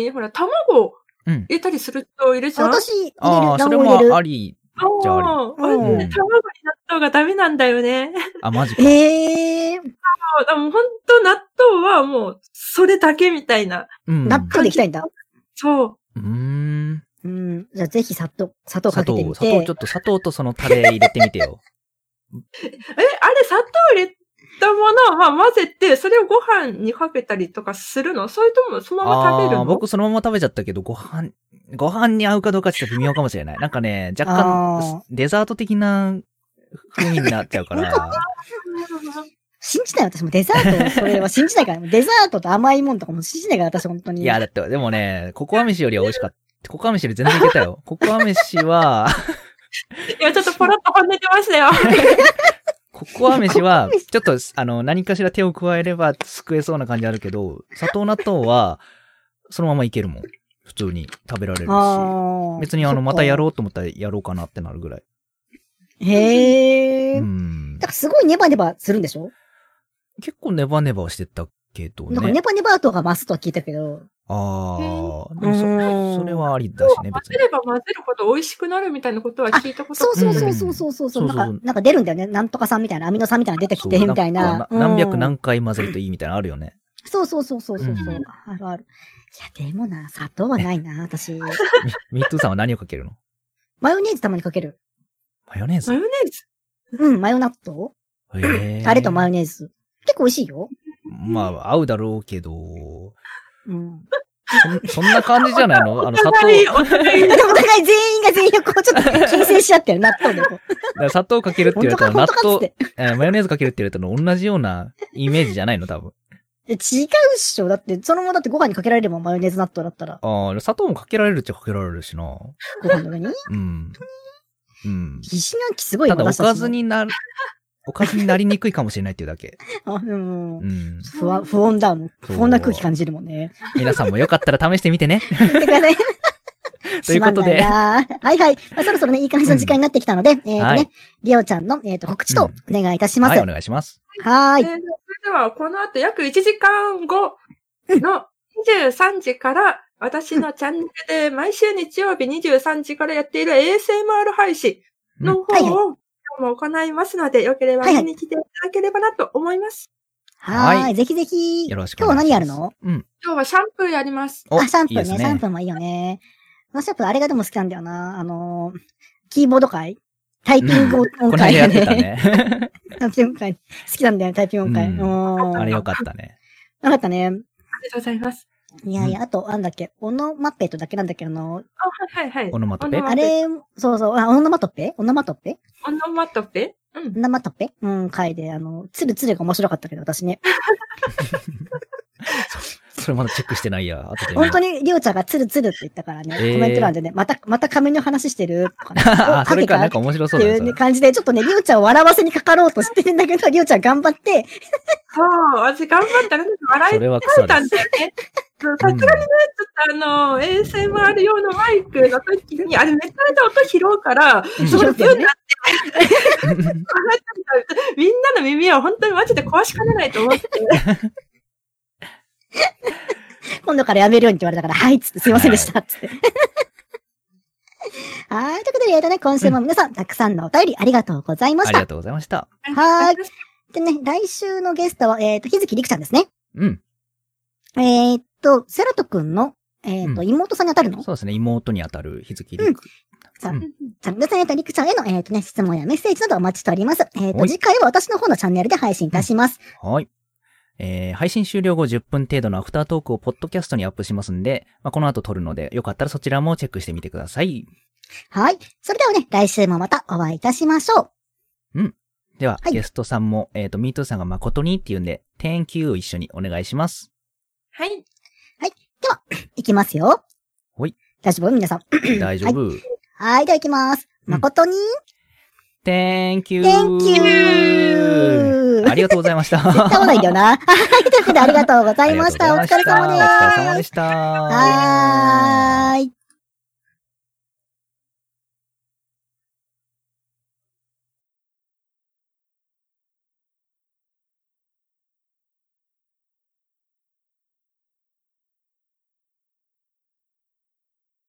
Speaker 3: に、ほら、卵
Speaker 1: うん
Speaker 3: 入。れたりする人いるじゃん。
Speaker 2: 私、入れ
Speaker 1: あ
Speaker 2: る、
Speaker 1: あ、それ
Speaker 2: 卵入れ
Speaker 1: も
Speaker 2: る。
Speaker 1: あり。
Speaker 3: そう
Speaker 1: じゃあ
Speaker 2: あり
Speaker 3: 私ね
Speaker 1: うん
Speaker 3: 卵に納豆がダメなんだよね。
Speaker 1: あ、マジか。
Speaker 2: へえ、
Speaker 3: そう、でも本当納豆はもう、それだけみたいな。
Speaker 1: うん。
Speaker 2: 納豆でいきたいんだ。
Speaker 3: そう。
Speaker 1: うーん。
Speaker 2: うん。じゃあぜひ砂糖、砂糖
Speaker 1: 砂
Speaker 2: か
Speaker 1: 糖
Speaker 2: けてみ、て。
Speaker 1: 砂糖、ちょっと砂糖とそのタレ入れてみてよ。
Speaker 3: え、あれ、砂糖入れたものを、まあ、混ぜて、それをご飯にかけたりとかするのそれともそのまま食べ
Speaker 1: あ
Speaker 3: る
Speaker 1: あ、
Speaker 3: の
Speaker 1: 僕そのまま食べちゃったけど、ご飯、ご飯に合うかどうかちょっと微妙かもしれない。なんかね、若干
Speaker 2: あー、
Speaker 1: デザート的な風味になっちゃうから。
Speaker 2: 信じない私もデザート、それは信じないから、デザートと甘いもんとかも信じないから、私本当に。
Speaker 1: いや、だって、でもね、ココア飯よりは美味しかった。ココア飯より全然いけたよ。ココア飯は、
Speaker 3: いや、ちょっとポロッと本音出ましたよ。
Speaker 1: ココア飯は、ちょっと、あの、何かしら手を加えれば救えそうな感じあるけど、砂糖納豆は、そのままいけるもん。普通に食べられるし。
Speaker 2: ああ。
Speaker 1: 別にあの、またや
Speaker 2: ろ
Speaker 1: ろうと思ったらやろうかなってなるぐらい。
Speaker 2: う。へえ。
Speaker 1: う
Speaker 2: だ
Speaker 1: ん
Speaker 2: か。らすごいネバネバするんでしょ
Speaker 1: 結構ネバネバはしてたけど
Speaker 2: なんか
Speaker 1: ね
Speaker 2: ネ。バネバとが増すとは聞いたけど。
Speaker 1: ああ、で
Speaker 2: う
Speaker 1: もそ
Speaker 2: ん
Speaker 1: それ。はありだ
Speaker 3: 混
Speaker 1: しね、別
Speaker 3: ぜ
Speaker 1: に。
Speaker 3: れば混ぜるほど美味しくなるみたいなことは聞いたこと
Speaker 2: そうそうそううんそうそうそう。
Speaker 1: そうそう
Speaker 2: なんか、なんか出るんだよね。なんとかさんみたいな、アミノ酸みたいなの出てきて、
Speaker 1: そう
Speaker 2: みたい
Speaker 1: ん
Speaker 2: な
Speaker 1: か。何百
Speaker 2: うん
Speaker 1: 何回混ぜるといいみたいなのあるよ ね。
Speaker 2: そうそうそうそうそう。う
Speaker 1: うん
Speaker 2: あるある。いや、でもな、砂糖はないな、私。
Speaker 1: ミットさんは何をかけるの
Speaker 2: マヨネーズたまにかける。
Speaker 1: マヨネーズ
Speaker 3: マヨネーズ
Speaker 2: うん、マヨ納豆
Speaker 1: へー
Speaker 2: タレとマヨネーズ。結構美味しいよ。
Speaker 1: まあ、合うだろうけど、
Speaker 2: うん。
Speaker 1: そんそんな感じじゃないのあの、砂糖、
Speaker 3: はい、お互い
Speaker 2: でもお互い全員が全員こう、ちょっと牽制し合ってる、納豆で こう。
Speaker 1: 砂糖かけるって
Speaker 2: 本
Speaker 1: 言わ
Speaker 2: 当
Speaker 1: れたら
Speaker 2: か、本
Speaker 1: 納
Speaker 2: 当かっつっ
Speaker 1: 豆
Speaker 2: て。、
Speaker 1: えーマヨネーズかけるって言われたの同じようなイメージじゃないの多分。
Speaker 2: 違うっしょ。だって、そのままだってご飯にかけられればマヨネーズ納豆だったら、
Speaker 1: ああ、砂糖もかけられるっちゃかけられるしな。
Speaker 2: ご飯の上に。
Speaker 1: うん。うん。
Speaker 2: 疑心暗鬼すごい
Speaker 1: ただ、お
Speaker 2: 私た
Speaker 1: か
Speaker 2: ち
Speaker 1: ず
Speaker 2: の
Speaker 1: に なる、おかずになりにくいかもしれないっていうだけ。
Speaker 2: あ、うん。
Speaker 1: うん。
Speaker 2: 不安、不穏だもん。
Speaker 1: そ
Speaker 2: 不
Speaker 1: う
Speaker 2: 穏な空気感じるもん ね。
Speaker 1: 皆さんもよかったら試してみてね。
Speaker 2: てかね
Speaker 1: ということで
Speaker 2: つまんないなはいはい。まあ、そろそろね、いい感じの時間になってきたので、えっと
Speaker 1: は
Speaker 2: ね
Speaker 1: い、
Speaker 2: リオちゃんの、えっと、告知とお願いいたしま
Speaker 1: は
Speaker 2: す。
Speaker 1: い、
Speaker 2: は
Speaker 1: お願いします。
Speaker 2: ー
Speaker 3: えー
Speaker 2: い。
Speaker 3: それでは、この後約1時間後の23時から、私のチャンネルで毎週日曜日23時からやっている ASMR 配信の方
Speaker 2: うん
Speaker 3: を今日も行いますので、よければ見に来ていただければなと思います。
Speaker 1: はい
Speaker 2: はーい。ぜひぜひ。
Speaker 1: よ
Speaker 2: 今
Speaker 1: ろしく
Speaker 2: 日
Speaker 1: お願
Speaker 2: はい
Speaker 1: します。
Speaker 2: 何やるの
Speaker 1: うん。
Speaker 3: 今日はシャンプーやります。
Speaker 1: お
Speaker 2: あ、シャンプ
Speaker 1: い
Speaker 2: ー
Speaker 1: い
Speaker 2: ね。
Speaker 1: です
Speaker 2: シャンプーもいいよね。あのシャンプーあれがでも好きなんだよな。あのー、キーボード会タイピング
Speaker 1: この
Speaker 2: 音
Speaker 1: 間
Speaker 2: 階
Speaker 1: や
Speaker 2: が
Speaker 1: ってた
Speaker 2: ね。
Speaker 1: ね。
Speaker 2: タイピング音階。好きなんだよね、タイピング音階。
Speaker 1: うん
Speaker 2: う ん。
Speaker 1: あれよかったね。
Speaker 2: よかったね。
Speaker 3: ありがとうございます。
Speaker 2: いやいや、あと、なんだっけ、オノマペとだっけなんだっけ、あの、
Speaker 3: あ、はいはいはい。
Speaker 1: オノマトペ
Speaker 3: オノ
Speaker 2: あれ、そうそう、あ、オノマトペオノマトペ
Speaker 3: オノマトペうん
Speaker 2: オ。ノマトペうん、回で、あの、ツルツルが面白かったけど、私ね。
Speaker 1: それまだチェックしてないや。後で見よう。
Speaker 2: 本当に、りょうちゃんがツルツルって言ったからね、
Speaker 1: えー
Speaker 2: コメント欄でね、また、また髪の話してるとか ね
Speaker 1: あ
Speaker 2: お
Speaker 1: それか、な
Speaker 2: 影
Speaker 1: んか面白
Speaker 2: って
Speaker 1: そうだ
Speaker 2: い
Speaker 1: ね。
Speaker 2: う
Speaker 1: そ
Speaker 2: ね
Speaker 1: れ
Speaker 2: 感じで、ちょっとね、りょうちゃんを笑わせにかかろうとしてるんだけ ど、りょうちゃん頑張って、
Speaker 3: そう、私頑張ったら笑
Speaker 1: そ
Speaker 3: い
Speaker 1: れは
Speaker 3: 取
Speaker 1: 草
Speaker 3: れたん
Speaker 1: で
Speaker 3: だ
Speaker 1: す。
Speaker 3: よね。そうさすがにね、ちょっとあの、ASMR 用のマイクの時に、あれめちゃめちゃ音拾うから、
Speaker 1: うん
Speaker 3: その分になって
Speaker 1: うん
Speaker 3: 笑っちゃったみんなの耳は本当にマジで壊しかねないと思って、
Speaker 2: 今度からやめるようにって言われ たから、はい、つって、すいませんでした、つって。 はい、ということで、えっとね、今週も皆さん、たくさんのお便りありがとうございま
Speaker 1: あ
Speaker 2: し
Speaker 1: り
Speaker 2: た
Speaker 1: が。とうございました。
Speaker 2: はーいでね、来週のゲストは、えっ、と、日月陸ちゃんですね。
Speaker 1: うん。
Speaker 2: えっ、と、セラト君の、えっ、と、
Speaker 1: う
Speaker 2: 妹さんに当たるの、
Speaker 1: そうですね。妹に当たる日月陸。
Speaker 2: さあ
Speaker 1: うん
Speaker 2: さあ皆さんに当たる陸ちゃんへの、えっ、とね、質問やメッセージなどお待ちしております。えっ、と、
Speaker 1: はい
Speaker 2: 次回は私の方のチャンネルで配信いたします。
Speaker 1: はい。えー、配信終了後10分程度のアフタートークをポッドキャストにアップしますんで、まあ、この後撮るので、よかったらそちらもチェックしてみてください。
Speaker 2: はい。それではね、来週もまたお会いいたしましょう。
Speaker 1: では、
Speaker 2: はい
Speaker 1: ゲストさんも、えっ、と、ミートさんが誠にっていうんで、Thank you を一緒にお願いし ます。
Speaker 3: はい。
Speaker 2: いきますよ。
Speaker 1: ほい。
Speaker 2: 大丈夫皆さん。
Speaker 1: 大丈夫、
Speaker 2: はい、ではいきます。
Speaker 1: うん
Speaker 2: 誠に、
Speaker 1: ?Thank you!
Speaker 2: Thank you!
Speaker 1: ありがとうございました。
Speaker 2: 倒ないんだよな。はい、ということでありがとうございました。お疲れ様です。
Speaker 1: ありがとうございましたお疲れ様でした。
Speaker 2: はーい。